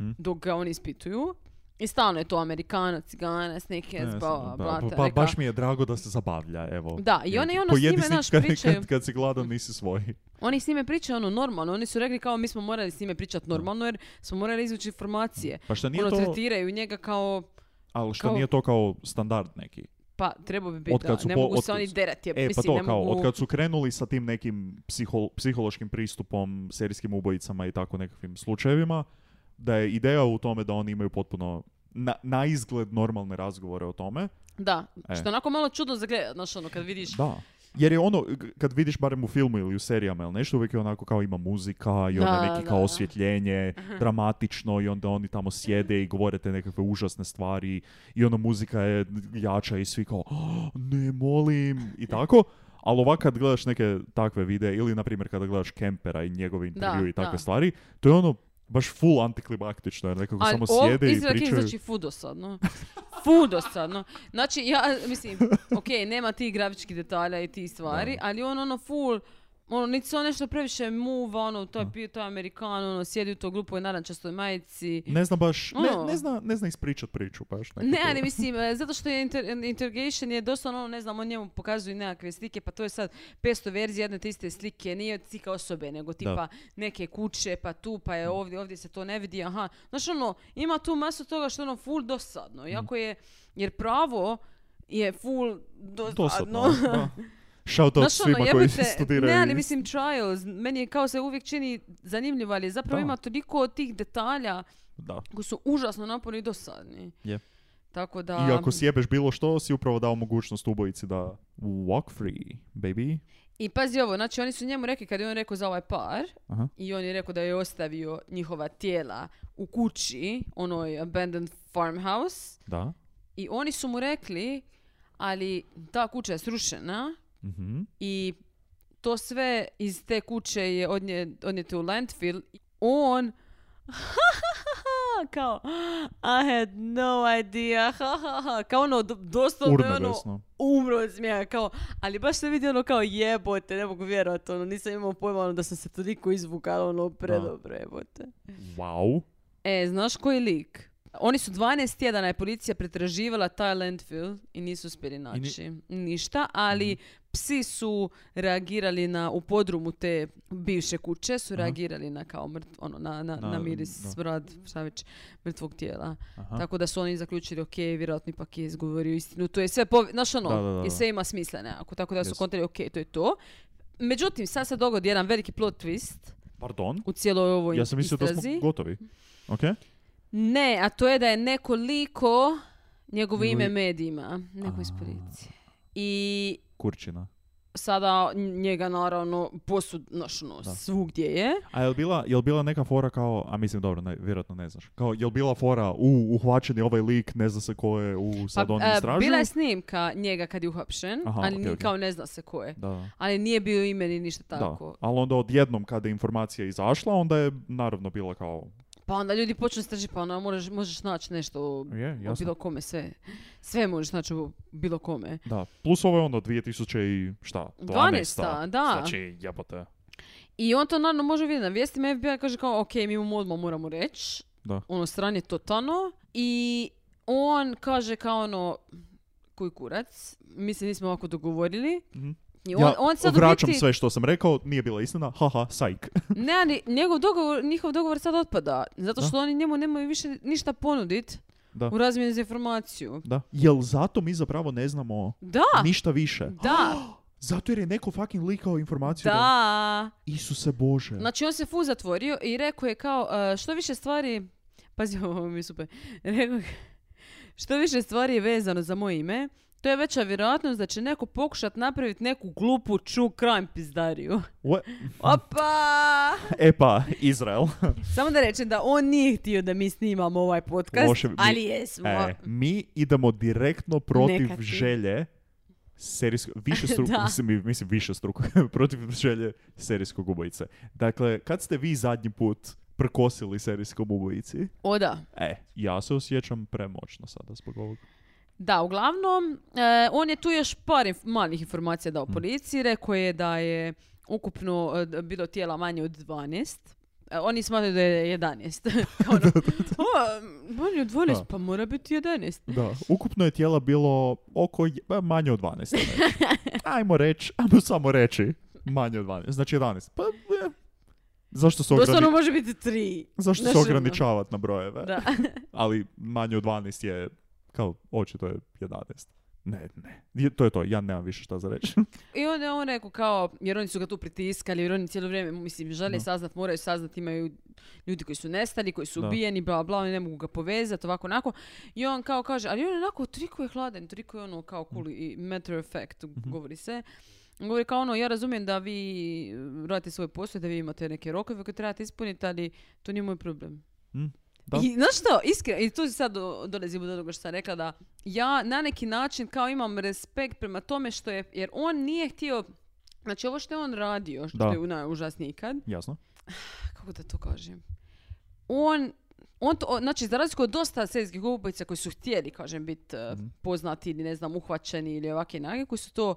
D: Mhm.
E: Dok ga oni ispituju. I stalno je to Amerikana, Cigana, Snickers,
D: Ne,
E: bla,
D: da,
E: bla,
D: pa-
E: bla,
D: pa
E: reka.
D: baš mi je drago da se zabavlja, evo.
E: Da, i oni ono s
D: Pojedi
E: njime,
D: snik
E: znaš,
D: kad-
E: pričaju.
D: Kad, kad si gladan, nisi svoj.
E: Oni s njime pričaju ono normalno. Oni su rekli kao mi smo morali s njime pričati normalno jer smo morali izvući informacije.
D: Pa šta nije
E: Ono,
D: to,
E: tretiraju njega kao,
D: ali šta
E: kao-
D: nije to kao standard neki?
E: pa treba bi biti,
D: Otkad
E: da,
D: su
E: ne
D: po-
E: mogu se
D: otkad
E: oni
D: su-
E: derati.
D: E, pa
E: mislim,
D: to
E: ne
D: kao,
E: mogu...
D: od kad su krenuli sa tim nekim psiho- psihološkim pristupom, serijskim ubojicama i tako nekakvim slučajevima, da je ideja u tome da oni imaju potpuno na, na izgled normalne razgovore o tome.
E: Da,
D: E.
E: što je onako malo čudno zagleda, znaš ono, kad vidiš
D: Da. Jer je ono, g- kad vidiš barem u filmu ili u serijama ili nešto, uvijek je onako kao ima muzika i onda
E: Da,
D: neki
E: da, Mhm.
D: kao
E: da.
D: osvjetljenje, dramatično i onda oni tamo sjede i govore te nekakve užasne stvari i ono muzika je jača i svi kao "Oh, ne molim i tako. Ali ovak kad gledaš neke takve videe ili na primjer kada gledaš Kempera i njegove intervju i takve
E: da.
D: stvari, to je ono baš full antiklimaktično jer nekako samo
E: ovo
D: sjede i
E: izgleda kao
D: pričaju.
E: Znači, fu dosadno. Fu dosadno. no. Znači, ja, mislim, ok, nema ti grafičkih detalja i ti stvari, ali on ono full, ono, niti se on nešto previše muva, ono, to je bio, to je Amerikan, ono, sjedi u to glupoj narančastoj majici.
D: Ne zna baš, ne,
E: Ono.
D: ne zna, ne zna ispričat priču baš. nekako.
E: Ne, ali mislim, e, zato što je inter, interrogation je dosta ono, ne znam, on njemu pokazuju nekakve slike, pa to je sad 500 verzija jedne te iste slike, nije slika osobe, nego tipa neke kuće, pa tu, pa je ovdje, ovdje se to ne vidi, aha. Znaš ono, ima tu masu toga što je ono full
D: Mm.
E: dosadno, jako je, jer pravo je full dosadno.
D: Dosadno. da. Shout out
E: Znaš ono,
D: svima koji
E: jebote,
D: studiraju.
E: Ne, ali
D: iz-
E: mislim trials, meni je kao se uvijek čini zanimljivo, ali zapravo
D: Da.
E: ima toliko tih detalja
D: Da.
E: koji su užasno naporni i dosadni.
D: Je.
E: Tako da...
D: I ako sjebeš bilo što, si upravo dao mogućnost ubojici da walk free, baby.
E: I pazi ovo, znači oni su njemu rekli kad je on rekao za ovaj par
D: Aha.
E: i on je rekao da je ostavio njihova tijela u kući, onoj abandoned farmhouse
D: Da.
E: i oni su mu rekli, ali ta kuća je srušena
D: Mhm.
E: i to sve iz te kuće je odnje, odnijeto u landfill. On kao I had no idea, kao ono do- doslovno je
D: Urna
E: ono
D: vesno.
E: umro od smijeha, kao, ali baš se vidi ono kao jebote, ne mogu vjerovat, ono, nisam imao pojma ono, da sam se toliko izvukala, ono, predobro jebote.
D: Wow.
E: E, znaš koji lik? Oni su 12 tjedana je policija pretraživala taj landfill i Mhm. nisu uspjeli naći ništa, ali psi su reagirali na, u podrumu te bivše kuće, su
D: Aha.
E: reagirali na kao mrt, ono, na, Mhm. na,
D: Na-
E: na miris,
D: da.
E: smrad, šta već, mrtvog tijela.
D: Aha.
E: Tako da su oni zaključili, ok, vjerojatno ipak je izgovorio istinu. To je sve, pove- znaš ono,
D: Da, da, da,
E: i
D: da.
E: sve ima smisla nekako. Tako da su
D: Jest.
E: kontali, ok, to je to. Međutim, sad se dogodi jedan veliki plot twist
D: Pardon?
E: u cijeloj ovoj
D: Ja sam mislio da
E: istrazi.
D: smo gotovi. Ok?
E: Ne, a to je da je nekoliko njegovo
D: Njegovi-
E: ime medijima, neko iz policije. I
D: Kurčina.
E: sada njega naravno posud, znaš, ono,
D: Da.
E: svugdje je.
D: A jel bila, jel bila neka fora kao, a mislim dobro, ne, vjerojatno ne znaš, kao jel bila fora u uhvaćeni ovaj lik, ne zna se ko je u sad on
E: e,
D: istražuju?
E: bila je snimka njega kad je uhapšen,
D: Aha,
E: ali
D: okej,
E: ni-
D: okej.
E: kao ne zna se ko je.
D: Da, da.
E: Ali nije bio ime ni ništa tako.
D: Da, ali onda odjednom kada je informacija izašla, onda je naravno bila kao,
E: Pa onda ljudi počnu stražiti, pa ono, možeš, možeš naći nešto o,
D: je,
E: o
D: jasno.
E: bilo kome, sve. Sve možeš naći o bilo kome.
D: Da, plus ovo je onda 2000 i šta, 12.
E: 12, da.
D: Znači, jebote.
E: I on to naravno može vidjeti na vijestima, FBI kaže kao, ok, mi mu odmah moramo reći.
D: Da.
E: Ono, stranje totalno. I on kaže kao ono, koji kurac, mi se nismo ovako dogovorili.
D: Mhm.
E: I on,
D: Ja
E: on sad u
D: vraćam
E: biti-
D: sve što sam rekao, nije bila istina, haha, sajk.
E: Ne, ali njegov dogovor, njihov dogovor sad otpada. Zato
D: Da.
E: što oni njemu nemaju više ništa ponudit
D: Da.
E: u razmjeni za informaciju.
D: Da. Jel zato mi zapravo ne znamo
E: Da,
D: ništa više?
E: da,
D: Zato jer je neko fucking likao informaciju da...
E: da.
D: Isuse Bože.
E: Znači on se fu zatvorio i rekao je kao e, što više stvari, pazi ovo mi je super, rekao je, što više stvari je vezano za moje ime, to je veća vjerojatnost da će neko pokušat napraviti neku glupu ču crime pizdariju.
D: What?
E: Opa!
D: E pa, Izrael.
E: Samo da rečem da on nije htio da mi snimamo ovaj podcast,
D: Loše bi-
E: ali jesmo.
D: E, mi idemo direktno protiv
E: Neka ti.
D: želje serijsko, više
E: Da.
D: mislim, mislim više struku, protiv želje serijskog ubojice. Dakle, kad ste vi zadnji put prkosili serijskom ubojici,
E: Oda.
D: e, ja se osjećam premoćno sada zbog ovog.
E: Da, uglavnom, e, on je tu još par inf- malih informacija dao policiji, rekao je da je ukupno e, d- bilo tijela manje od 12. E, oni smatraju da je 11. Kao ono, "O, manje od 12,
D: Da.
E: pa mora biti 11.
D: Da, ukupno je tijela bilo oko, je- ba, manje od 12. reći. Ajmo reći, ajmo samo reći, manje od 12, znači 11. Pa, e, zašto se,
E: Doslovno
D: ograni,
E: može biti 3.
D: zašto se
E: znaš, ono.
D: ograničavati na brojeve?
E: Da.
D: ali manje od 12 je kao očito je 11. Ne, ne. Je- To je to, ja nemam više šta za reći.
E: I onda je on rekao kao, jer oni su ga tu pritiskali, jer oni cijelo vrijeme, mislim, žele
D: Da.
E: saznat, moraju saznat, imaju ljudi koji su nestali, koji su
D: Da.
E: ubijeni, bla, bla, oni ne mogu ga povezati, ovako, onako. I on kao kaže, ali on je onako, toliko je hladan, toliko je ono, kao
D: Mhm.
E: cool i matter of fact, govori se. Govori kao ono, ja razumijem da vi eh, radite svoj posao, da vi imate neke rokove koje trebate ispuniti, ali to nije moj problem.
D: Mm, da.
E: I znaš što, iskreno, i tu sad do- dolazimo do onoga što sam rekla da ja na neki način kao imam respekt prema tome što je, jer on nije htio, znači ovo što je on radio, što
D: Da.
E: je najužasnije ikad,
D: Jasno.
E: kako da to kažem, on, on to, o- znači za razliku od dosta serijskih ubojica koji su htjeli, kažem, biti eh,
D: Mhm.
E: poznati ili ne znam, uhvaćeni ili ovake nage, koji su to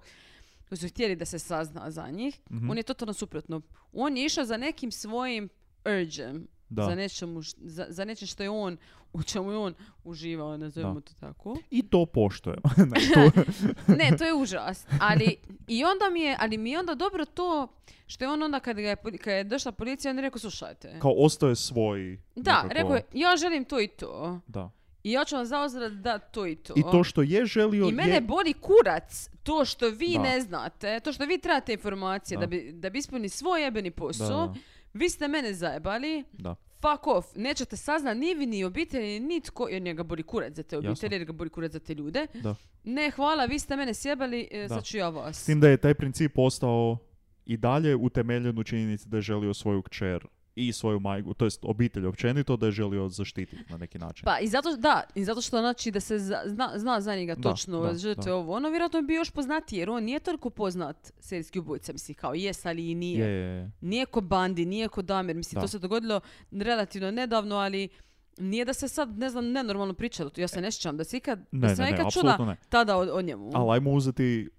E: koji su htjeli da se sazna za njih,
D: Mhm.
E: on je totalno suprotno. On je išao za nekim svojim urgem,
D: Da.
E: za, nečemu, š- za, za nečim što je on, u čemu je on uživao, nazovimo to tako.
D: I to poštojem. ne, to,
E: Ne, to je užas. Ali, i onda mi je, ali mi je onda dobro to što je on onda kad, ga je, poli- kad je došla policija, on je rekao, slušajte.
D: kao ostao je svoj...
E: Da,
D: nekako- ono.
E: rekao je, ja želim to i to.
D: Da.
E: I ja ću vam zauzrat da to i to.
D: I to što je želio
E: I mene
D: je...
E: boli kurac to što vi
D: Da.
E: ne znate, to što vi trebate informacije da,
D: Da.
E: bi, da bi ispunili svoj jebeni posao.
D: Da.
E: Vi ste mene zajebali,
D: Da.
E: fuck off, nećete saznat ni vi, ni obitelj, ni nitko, jer njega boli kurac za te obitelji,
D: Jasno.
E: jer ga boli kurac za te ljude.
D: Da.
E: Ne, hvala, vi ste mene sjebali, e,
D: Da.
E: sad ću ja vas.
D: S tim da je taj princip ostao i dalje utemeljen u činjenici da je želio svoju kćer i svoju majku, to jest obitelj općenito, da je želio zaštititi na neki način.
E: Pa i zato, da, i zato što znači da se za- zna, zna za njega
D: Da,
E: točno
D: da,
E: žrtve
D: da.
E: ovo, ono vjerojatno bi još poznatiji jer on nije toliko poznat serijski ubojica, mislim kao jes, ali i nije.
D: je, je, je.
E: Nije ko Bandi, nije ko Damir, mislim
D: Da.
E: to se dogodilo relativno nedavno, ali nije da se sad, ne znam, nenormalno pričalo, ja se ne sjećam da se ikad,
D: Ne,
E: da sam
D: ne,
E: ja
D: ne,
E: ikad
D: apsolutno
E: čula
D: ne.
E: tada o, o njemu.
D: Ali ajmo uzeti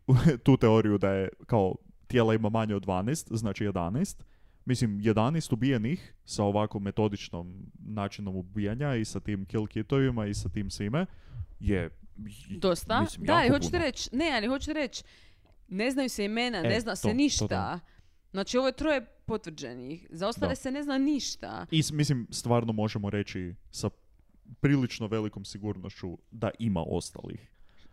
D: tu teoriju da je kao tijela ima manje od 12, znači 11. mislim, 11 ubijenih sa ovako metodičnom načinom ubijanja i sa tim kill kitovima i sa tim svime je
E: Dosta.
D: mislim,
E: da,
D: jako
E: ali hoćete
D: puno.
E: reći, ne, ali hoćete reći, ne znaju se imena,
D: E,
E: ne zna
D: to,
E: se
D: to,
E: ništa.
D: to.
E: Znači, ovo je troje potvrđenih. Za ostale
D: Da.
E: se ne zna ništa.
D: I s- mislim, stvarno možemo reći sa prilično velikom sigurnošću da ima ostalih.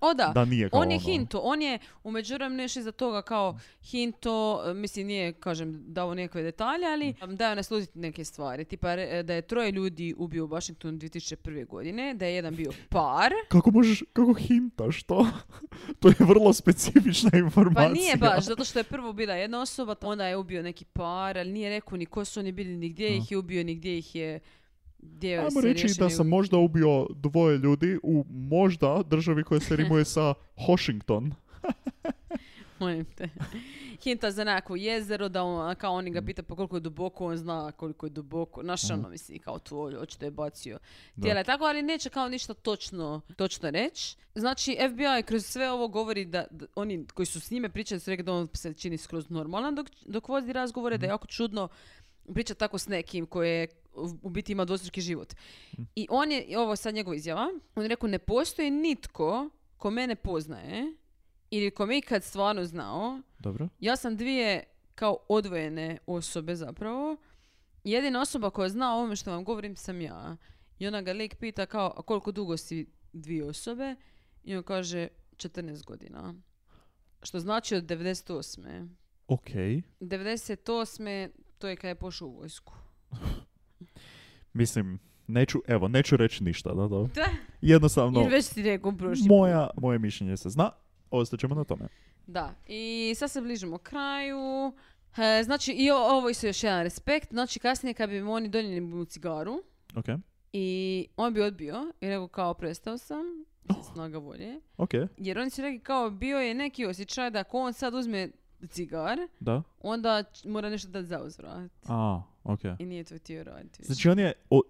E: O da,
D: Da nije kao
E: on je
D: ono.
E: Hinto, on je u međuvremenu nešto iza toga kao Hinto, e, mislim nije, kažem, dao nekakve detalje, ali
D: Mm.
E: um, daju naslutiti neke stvari. Tipa re- da je troje ljudi ubio u Washingtonu 2001. godine, da je jedan bio par,
D: Kako možeš, kako hintaš to? to je vrlo specifična informacija.
E: pa nije baš, zato što je prvo bila jedna osoba, pa onda je ubio neki par, ali nije rekao ni ko su oni bili, ni gdje
D: Da.
E: ih je ubio, ni gdje ih je... Gdje
D: Ajmo
E: se
D: reći da
E: riješeni
D: sam
E: u-
D: možda ubio dvoje ljudi u možda državi koja se rimuje sa Washington.
E: Molim te. Hinta za nekakvo jezero, da on, kao oni ga pita pa koliko je duboko, on zna koliko je duboko. Naš ono misli kao tvoj, očito je bacio
D: Da.
E: tijela. i Tako, ali neće kao ništa točno, točno reći. Znači, FBI kroz sve ovo govori da, da oni koji su s njime pričali su rekli da on se čini skroz normalan dok, dok vodi razgovore, da je jako čudno priča tako s nekim koji je u- u biti ima dvostruki život. I on je, i ovo je sad njegova izjava, on je rekao ne postoji nitko ko mene poznaje ili ko me ikad stvarno znao.
D: Dobro.
E: Ja sam dvije kao odvojene osobe zapravo. Jedina osoba koja zna o ovome što vam govorim sam ja. I ona ga lik pita kao "A koliko dugo si dvije osobe i on kaže 14 godina. Što znači od 98.
D: Ok.
E: 98. to je kad je pošao u vojsku.
D: Mislim, neću, evo, neću reći ništa, da, da.
E: Da.
D: Jednostavno,
E: Jer već si rekao prošli put.
D: moja, moje mišljenje se zna, ostaćemo na tome.
E: Da, i sad se bližimo kraju. E, znači, i o- ovo isto još jedan respekt. Znači, kasnije kad bi mu oni donijeli mu cigaru
D: Ok.
E: i on bi odbio i rekao kao prestao sam, mislim,
D: Oh.
E: snaga volje.
D: Ok,
E: Jer oni su rekli kao bio je neki osjećaj da ako on sad uzme cigar,
D: da.
E: onda ć- mora nešto dati za uzvrat.
D: A, ok.
E: I nije to htio raditi. više.
D: Znači on je, o,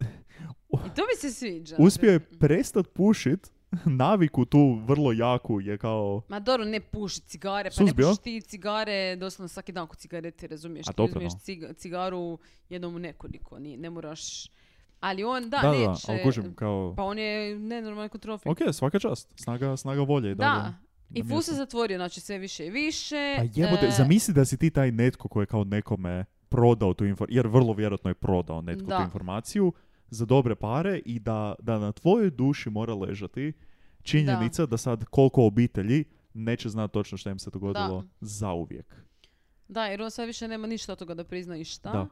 E: I to mi se sviđa.
D: uspio je prestat pušit, naviku tu vrlo jaku je kao...
E: Ma dobro, ne puši cigare, pa
D: Suzbio?
E: ne pušiš ti cigare, doslovno svaki dan kod cigarete, razumiješ?
D: A
E: ti
D: dobro,
E: uzmeš
D: no.
E: ciga- cigaru jednom u nekoliko, ni, ne moraš... Ali on, da,
D: da, da,
E: neće.
D: ali kužim, kao...
E: Pa on je nenormalno kontrofik.
D: Ok, svaka čast. Snaga, snaga volje i dalje.
E: da, i
D: na
E: ful se
D: mjestu.
E: zatvorio, znači sve više i više.
D: Pa jebote,
E: e,
D: zamisli da si ti taj netko koji je kao nekome prodao tu informaciju, jer vrlo vjerojatno je prodao netko
E: Da.
D: tu informaciju za dobre pare i da, da na tvojoj duši mora ležati činjenica da, sad koliko obitelji neće znati točno što im se dogodilo
E: Da.
D: zauvijek.
E: Da, jer on sve više nema ništa od toga da prizna i šta.
D: Da.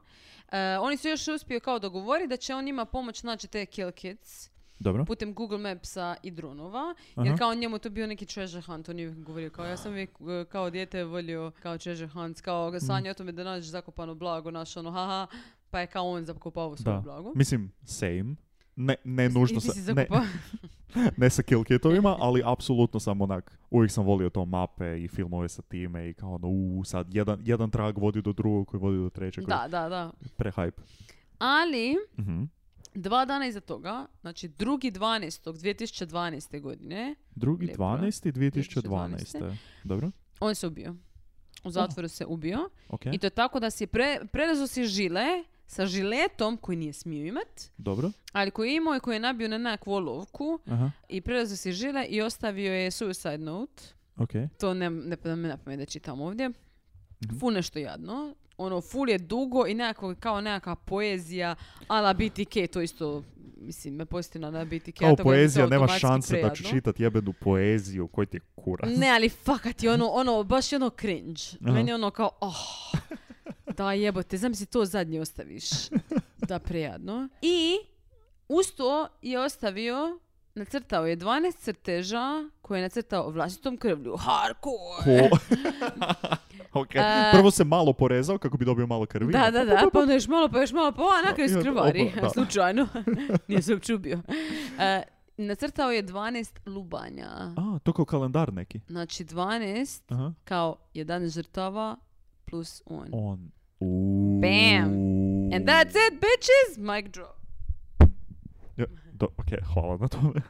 E: E, oni su još uspio kao dogovoriti da će on njima pomoć naći te kill kits
D: Dobro?
E: putem Google Mapsa i dronova.
D: Aha.
E: Jer kao njemu to bio neki treasure hunt, on je uvijek govorio kao ja sam uvijek e, kao dijete volio kao treasure hunt, kao
D: Mm.
E: ga sanja o tome da nađeš zakopano blago, naš ono haha, pa je kao on zakopao svoje
D: Da.
E: blago.
D: Mislim, same. Ne, ne nužno
E: I ti
D: sa,
E: si
D: ne,
E: zakopao.
D: ne sa kill kitovima, ali apsolutno sam onak, uvijek sam volio to mape i filmove sa time i kao ono, u, sad jedan, jedan trag vodi do drugog koji vodi do trećeg. koji-
E: da, da, da.
D: Prehype.
E: Ali,
D: Mhm.
E: dva dana iza toga, znači drugi 12. 2012. godine,
D: Drugi
E: Lijepo, da.
D: 12.
E: 2012..
D: 2012. Dobro,
E: on se ubio. U zatvoru se ubio.
D: ok,
E: I to tako da si je pre, prerezao si žile sa žiletom koji nije smio imat,
D: dobro.
E: ali koji je imao i koji je nabio na nekakvu olovku
D: Aha,
E: i prerezao si žile i ostavio je suicide note.
D: ok.
E: To ne, ne pada mi na pamet da čitam ovdje.
D: Mhm.
E: Ful nešto jadno. Ono, ful je dugo i nekako, kao nekakva poezija, ala BTK, to isto, mislim, me pozitivno na BTK.
D: Kao
E: tako da mi to
D: poezija, nema
E: automatski
D: šanse znači da ću
E: prejadno.
D: čitat jebenu poeziju, koji ti je kurac.
E: Ne, ali fakat je ono, ono, baš je ono cringe.
D: Aha.
E: Meni je ono kao, oh, da jebote, zamisli to zadnje ostaviš. Da, prejadno. I uz to je ostavio, nacrtao je 12 crteža koje je nacrtao vlastitom krvlju. Hardcore!
D: Ko? ok,
E: E,
D: prvo se malo porezao kako bi dobio malo krvi.
E: Da, da, da, pa onda još malo, pa još malo, pa ona
D: I
E: kraj
D: onda
E: skrvari,
D: opa, da.
E: slučajno. Nije se uopće ubio. E, nacrtao je 12 lubanja.
D: A, to kao kalendar neki.
E: Znači 12
D: Aha,
E: kao 11 žrtava plus on.
D: on. Uuu.
E: Bam.
D: Mm.
E: And that's it, bitches! Mic drop.
D: Ja, do, ok, hvala na tome.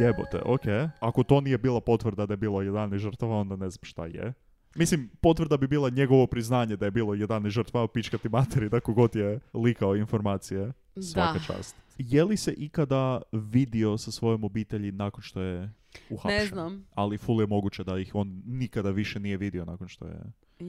D: Jebote, ok. Ako to nije bila potvrda da je bilo 11 žrtava, onda ne znam šta je. Mislim, potvrda bi bila njegovo priznanje da je bilo 11 žrtva pičkati materi da kogod je likao informacije. Svaka
E: Da.
D: čast. Je li se ikada vidio sa svojom obitelji nakon što je uhapšen?
E: Ne znam.
D: Ali ful je moguće da ih on nikada više nije vidio nakon što je...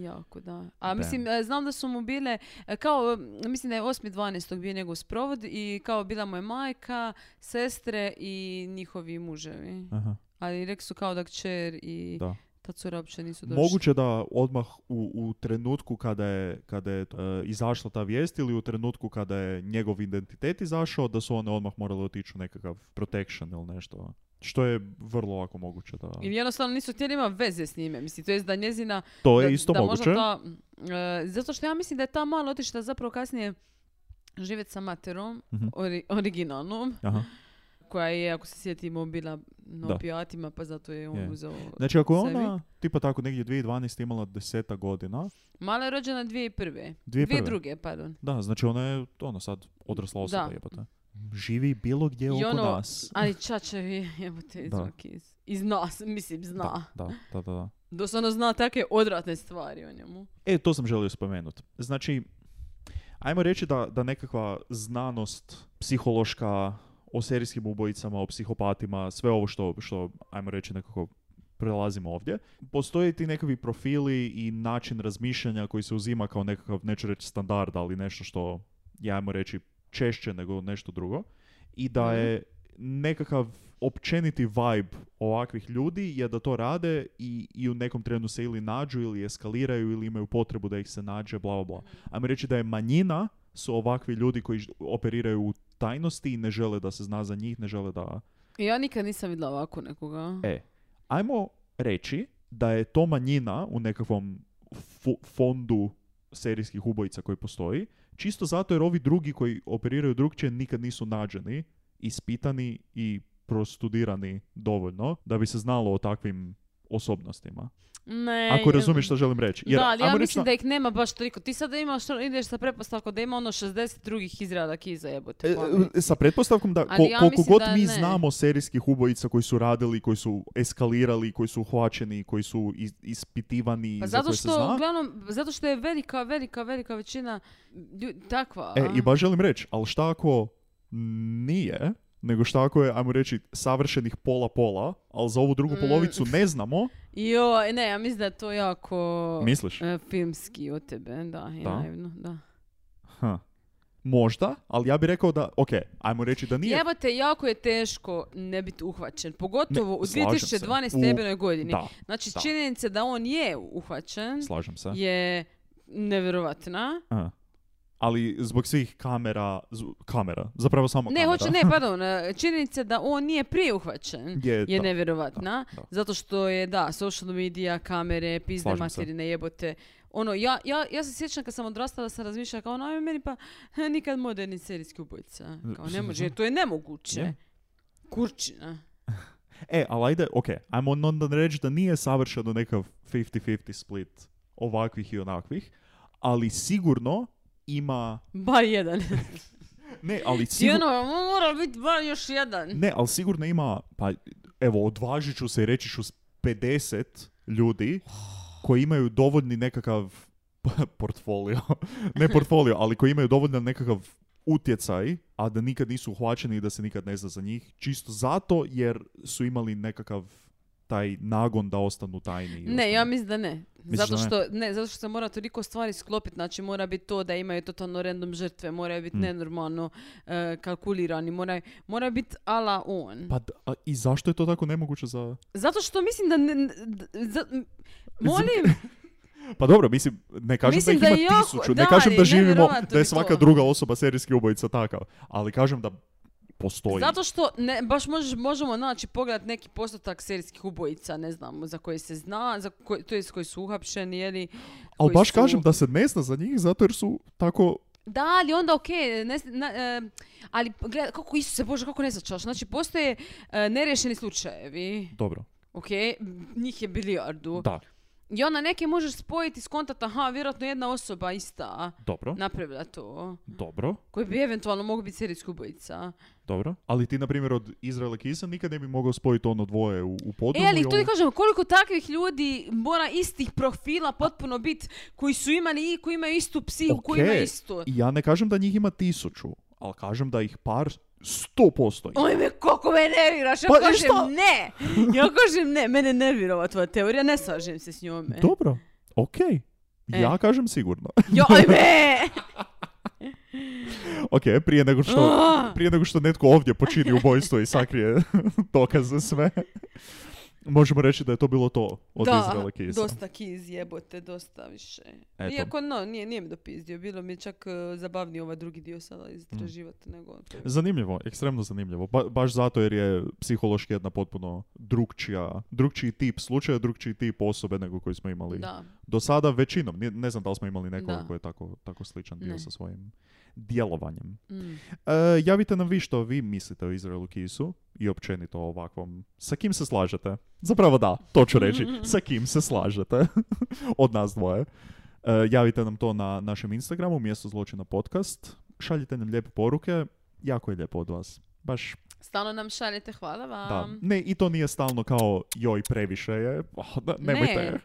E: Jako, da. A mislim, e, znam da su mu bile, e, kao, e, mislim da je 8.12. bio njegov sprovod i kao bila mu je majka, sestre i njihovi muževi.
D: Aha,
E: Ali rekli su kao da kćer i
D: da.
E: ta cura uopće nisu došli.
D: Moguće da odmah u, u trenutku kada je, kada je e, izašla ta vijest ili u trenutku kada je njegov identitet izašao, da su one odmah morale otići u nekakav protection ili nešto. Što je vrlo lako moguće da...
E: Ili jednostavno nisu htjeli ima veze s njime, mislim, to jest da njezina...
D: To
E: da-
D: je isto
E: da
D: moguće.
E: možda ta, e, zato što ja mislim da je ta mala otišla zapravo kasnije živjeti sa materom,
D: Mhm.
E: ori- originalnom,
D: Aha.
E: koja je, ako se sjetimo, bila na
D: Da.
E: opijatima, pa zato je on
D: Je.
E: uzeo...
D: Znači ako je
E: sebi.
D: ona, tipa tako negdje 2012. imala deseta godina,
E: Mala je rođena 2001.
D: 2001.
E: 2002. pardon.
D: Da, znači ona je ono sad odrasla osoba
E: Da.
D: jebote. Živi bilo gdje
E: I
D: oko
E: ono,
D: nas.
E: Ali čačevi, evo te
D: Da.
E: izvuk iz, iz nas, mislim, zna.
D: Da, da, da, da, da.
E: Doslovno zna takve odvratne stvari o njemu.
D: E, to sam želio spomenuti. Znači, ajmo reći da, da nekakva znanost psihološka o serijskim ubojicama, o psihopatima, sve ovo što, što ajmo reći nekako prelazimo ovdje. Postoje ti nekakvi profili i način razmišljanja koji se uzima kao nekakav, neću reći standard, ali nešto što je, ajmo reći, češće nego nešto drugo. I da je nekakav općeniti vibe ovakvih ljudi je da to rade i, i u nekom trenu se ili nađu ili eskaliraju ili imaju potrebu da ih se nađe, bla, bla, bla. Ajmo reći da je manjina su ovakvi ljudi koji ž- operiraju u tajnosti i ne žele da se zna za njih, ne žele da...
E: Ja nikad nisam vidjela ovako nekoga.
D: E, ajmo reći da je to manjina u nekakvom fo- fondu serijskih ubojica koji postoji, čisto zato jer ovi drugi koji operiraju drugčije nikad nisu nađeni, ispitani i prostudirani dovoljno da bi se znalo o takvim osobnostima.
E: Ne,
D: Ako
E: E, ja-
D: razumiješ što želim reći. Jer,
E: da, ali ja
D: ajmo reći
E: mislim
D: na-
E: da ih nema baš toliko. Ti sada imaš, ono, ideš sa pretpostavkom da ima ono 60 drugih izradaka iza jebote. pa
D: E,
E: pameti.
D: e, sa pretpostavkom da ko-
E: Ali ja
D: koliko
E: mislim
D: god
E: da
D: mi
E: ne.
D: znamo serijskih ubojica koji su radili, koji su eskalirali, koji su uhvaćeni, koji su is- ispitivani,
E: Pa
D: za
E: zato
D: koje se
E: što,
D: zna.
E: uglavnom, zato što je velika, velika, velika većina ljudi takva.
D: E,
E: a?
D: i baš želim reći, ali šta ako nije, nego šta ako je, ajmo reći, savršenih pola-pola, ali za ovu drugu
E: Mm.
D: polovicu ne znamo,
E: Joj, ne, ja mislim da je to jako...
D: misliš?
E: E, filmski od tebe, da, je
D: Da?
E: naivno, da.
D: Ha. Možda, ali ja bih rekao da, ok, ajmo reći da nije.
E: Jebate, jako je teško ne biti uhvaćen, pogotovo
D: Ne,
E: u
D: slažem se.
E: 2012.
D: U-
E: jebenoj godini.
D: Da,
E: znači,
D: da.
E: činjenica da on je uhvaćen
D: slažem se.
E: je nevjerovatna.
D: Aha. Ali zbog svih kamera, z- kamera, zapravo samo
E: Ne,
D: kamera.
E: hoće, ne, pardon, e, činjenica da on nije prije uhvaćen
D: Je,
E: je
D: da.
E: nevjerovatna,
D: Da, da.
E: zato što je, da, social media, kamere, pizde
D: Slažem se.
E: materine, jebote. Ono, ja, ja, ja se sjećam kad sam odrastala, sam razmišljala kao, ono, ajme meni pa he, nikad moderni serijski ubojica. Kao, ne može, to je nemoguće.
D: Je.
E: Kurčina.
D: E, ali ajde, ok, ajmo onda reći da nije savršeno nekakav 50-50 split ovakvih i onakvih, ali sigurno ima...
E: Ba jedan.
D: Ne, ali
E: I
D: sigurno...
E: ono, mora biti ba još jedan.
D: Ne, ali sigurno ima, pa evo, odvažit ću se i reći ću s 50 ljudi koji imaju dovoljni nekakav portfolio, ne portfolio, ali koji imaju dovoljno nekakav utjecaj, a da nikad nisu uhvaćeni i da se nikad ne zna za njih, čisto zato jer su imali nekakav taj nagon da ostanu tajni. i
E: Ne, ja
D: ostanu-
E: mislim da ne.
D: Misliš
E: zato
D: da ne?
E: što, ne, zato što se mora toliko stvari sklopiti, znači mora biti to da imaju totalno random žrtve, moraju
D: Mm.
E: biti nenormalno e, kalkulirani, moraju, mora biti ala on.
D: Pa d- a i zašto je to tako nemoguće za...
E: Zato što mislim da... Ne, ne- d- za- m- molim,
D: Pa dobro, mislim, ne kažem
E: Mislim
D: da
E: da
D: ih
E: je
D: ima
E: jako-
D: tisuću, ne
E: da,
D: kažem
E: ali
D: da živimo,
E: nevjerojatno
D: da je
E: bi
D: svaka
E: to.
D: druga osoba serijski ubojica takav, ali kažem da postoji.
E: zato što ne, baš možeš- možemo naći pogledat neki postotak serijskih ubojica, ne znam, za koji se zna, za koji, to jest koji su uhapšeni, jeli...
D: Ali
E: koji
D: baš
E: su-
D: kažem da se ne zna za njih zato jer su tako...
E: Da, ali onda okej, ne s- na- e, ali gledaj, kako, Isuse Bože, kako ne začaš, znači postoje e, nerješeni slučajevi,
D: Dobro,
E: ok, njih je bilijardu,
D: da.
E: I onda neke možeš spojiti s kontakta, aha, vjerojatno jedna osoba ista
D: Dobro,
E: napravila to.
D: dobro,
E: Koji bi eventualno mogao biti serijski ubojica.
D: dobro. Ali ti, na primjer, od Izraela Kisa nikad ne bi mogao spojiti ono dvoje u, u
E: E,
D: podrumu.
E: ali
D: i
E: to ti
D: ovo-
E: kažem, koliko takvih ljudi mora istih profila potpuno biti koji su imani i koji imaju istu psihu, koji
D: Ok,
E: imaju istu.
D: Ja ne kažem da njih ima tisuću, ali kažem da ih par sto posto ima.
E: Oj me, koliko me nerviraš, ja
D: Pa, i
E: kažem
D: što?
E: ne. Ja kažem ne, mene nervira ova tvoja teorija, ne slažem se s njome.
D: Dobro, okej.
E: E.
D: Ja kažem sigurno.
E: Joj me!
D: ok, prije nego, što,
E: Ah!
D: prije nego što netko ovdje počini ubojstvo i sakrije dokaze sve, možemo reći da je to bilo to od Izraela Kisa.
E: dosta kiz jebote, dosta više.
D: Eto.
E: Iako no, nije, nije mi dopizdio, bilo mi je čak eh, zabavniji ovaj drugi dio sada
D: Mm.
E: istraživati nego...
D: Zanimljivo, ekstremno zanimljivo. Ba- baš zato jer je psihološki jedna potpuno drugčija, drugčiji tip slučaja, drugčiji tip osobe nego koji smo imali
E: Da.
D: do sada većinom. Ne, ne znam da li smo imali nekoga
E: Da.
D: koji je tako, tako sličan bio
E: Ne.
D: sa svojim djelovanjem.
E: Mm.
D: E, javite nam vi što vi mislite o Izraelu Kisu i općenito o ovakvom. Sa kim se slažete? Zapravo da, to ću reći. Sa kim se slažete? Od nas dvoje. E, javite nam to na našem Instagramu, mjesto zločina podcast. Šaljite nam lijepe poruke. Jako je lijepo od vas. Baš,
E: Stalno nam šaljete, hvala vam.
D: da. Ne, i to nije stalno kao joj previše je. Oh, da, nemojte.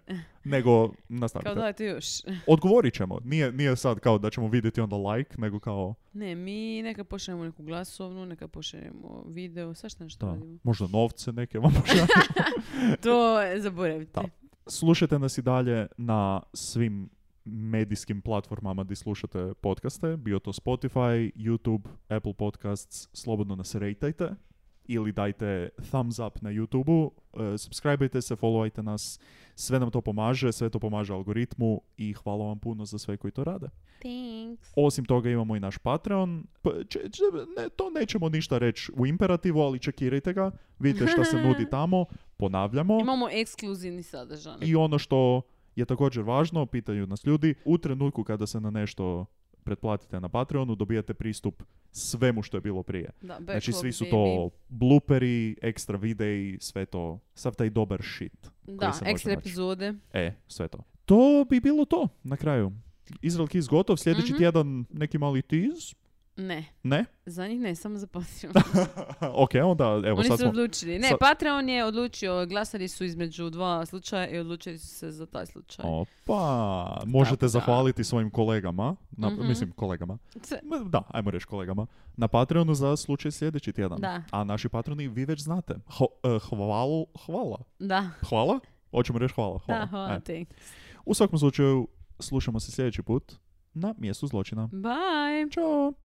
D: Nego
E: Kao
D: nastavite.
E: dajte još.
D: Odgovorit ćemo. Nije, nije sad kao da ćemo vidjeti onda like, nego kao
E: Ne, mi neka pošaljemo neku glasovnu, neka pošaljemo video, svašta nešto
D: da,
E: radimo.
D: možda novce neke vam pošaljemo.
E: To je, zaboravite.
D: Da. Slušajte nas i dalje na svim medijskim platformama gdje slušate podcaste, bio to Spotify, YouTube, Apple Podcasts, slobodno nas rejtajte ili dajte thumbs up na YouTube-u, e, subscribeajte se, followajte nas, sve nam to pomaže, sve to pomaže algoritmu i hvala vam puno za sve koji to rade.
E: Thanks.
D: Osim toga imamo i naš Patreon. Pa, če- če- ne, to nećemo ništa reći u imperativu, ali čekirajte ga. Vidite šta se nudi tamo. Ponavljamo.
E: Imamo ekskluzivni sadržaj.
D: No. I ono što je također važno, pitaju nas ljudi, u trenutku kada se na nešto pretplatite na Patreonu, dobijate pristup svemu što je bilo prije.
E: Da,
D: Znači
E: backlog,
D: svi su
E: baby.
D: to blooperi, ekstra videi, sve to, sav taj dobar shit.
E: Da,
D: se može
E: ekstra
D: naći.
E: epizode.
D: E, sve to. To bi bilo to na kraju. Izrael Kiss gotov, sljedeći
E: Mhm.
D: tjedan neki mali tiz.
E: Ne,
D: Ne?
E: za njih ne, samo za Patreon.
D: ok, onda evo
E: Oni
D: sad
E: su
D: smo...
E: odlučili. Ne,
D: sad-
E: Patreon je odlučio, glasali su između dva slučaja i odlučili su se za taj slučaj.
D: Opa, možete
E: Tako da.
D: zahvaliti svojim kolegama, na,
E: Mhm.
D: mislim kolegama,
E: C-
D: Ma, Da, ajmo reći kolegama. Na Patreonu za slučaj sljedeći tjedan.
E: Da.
D: A naši patroni vi već znate. Ho, e, hval, hvala.
E: Da,
D: Hvala? Hoćemo reći hvala. Hvala.
E: da, hvala
D: E.
E: ti.
D: U svakom slučaju, slušamo se sljedeći put na mjestu zločina.
E: Bye!
D: Ćao!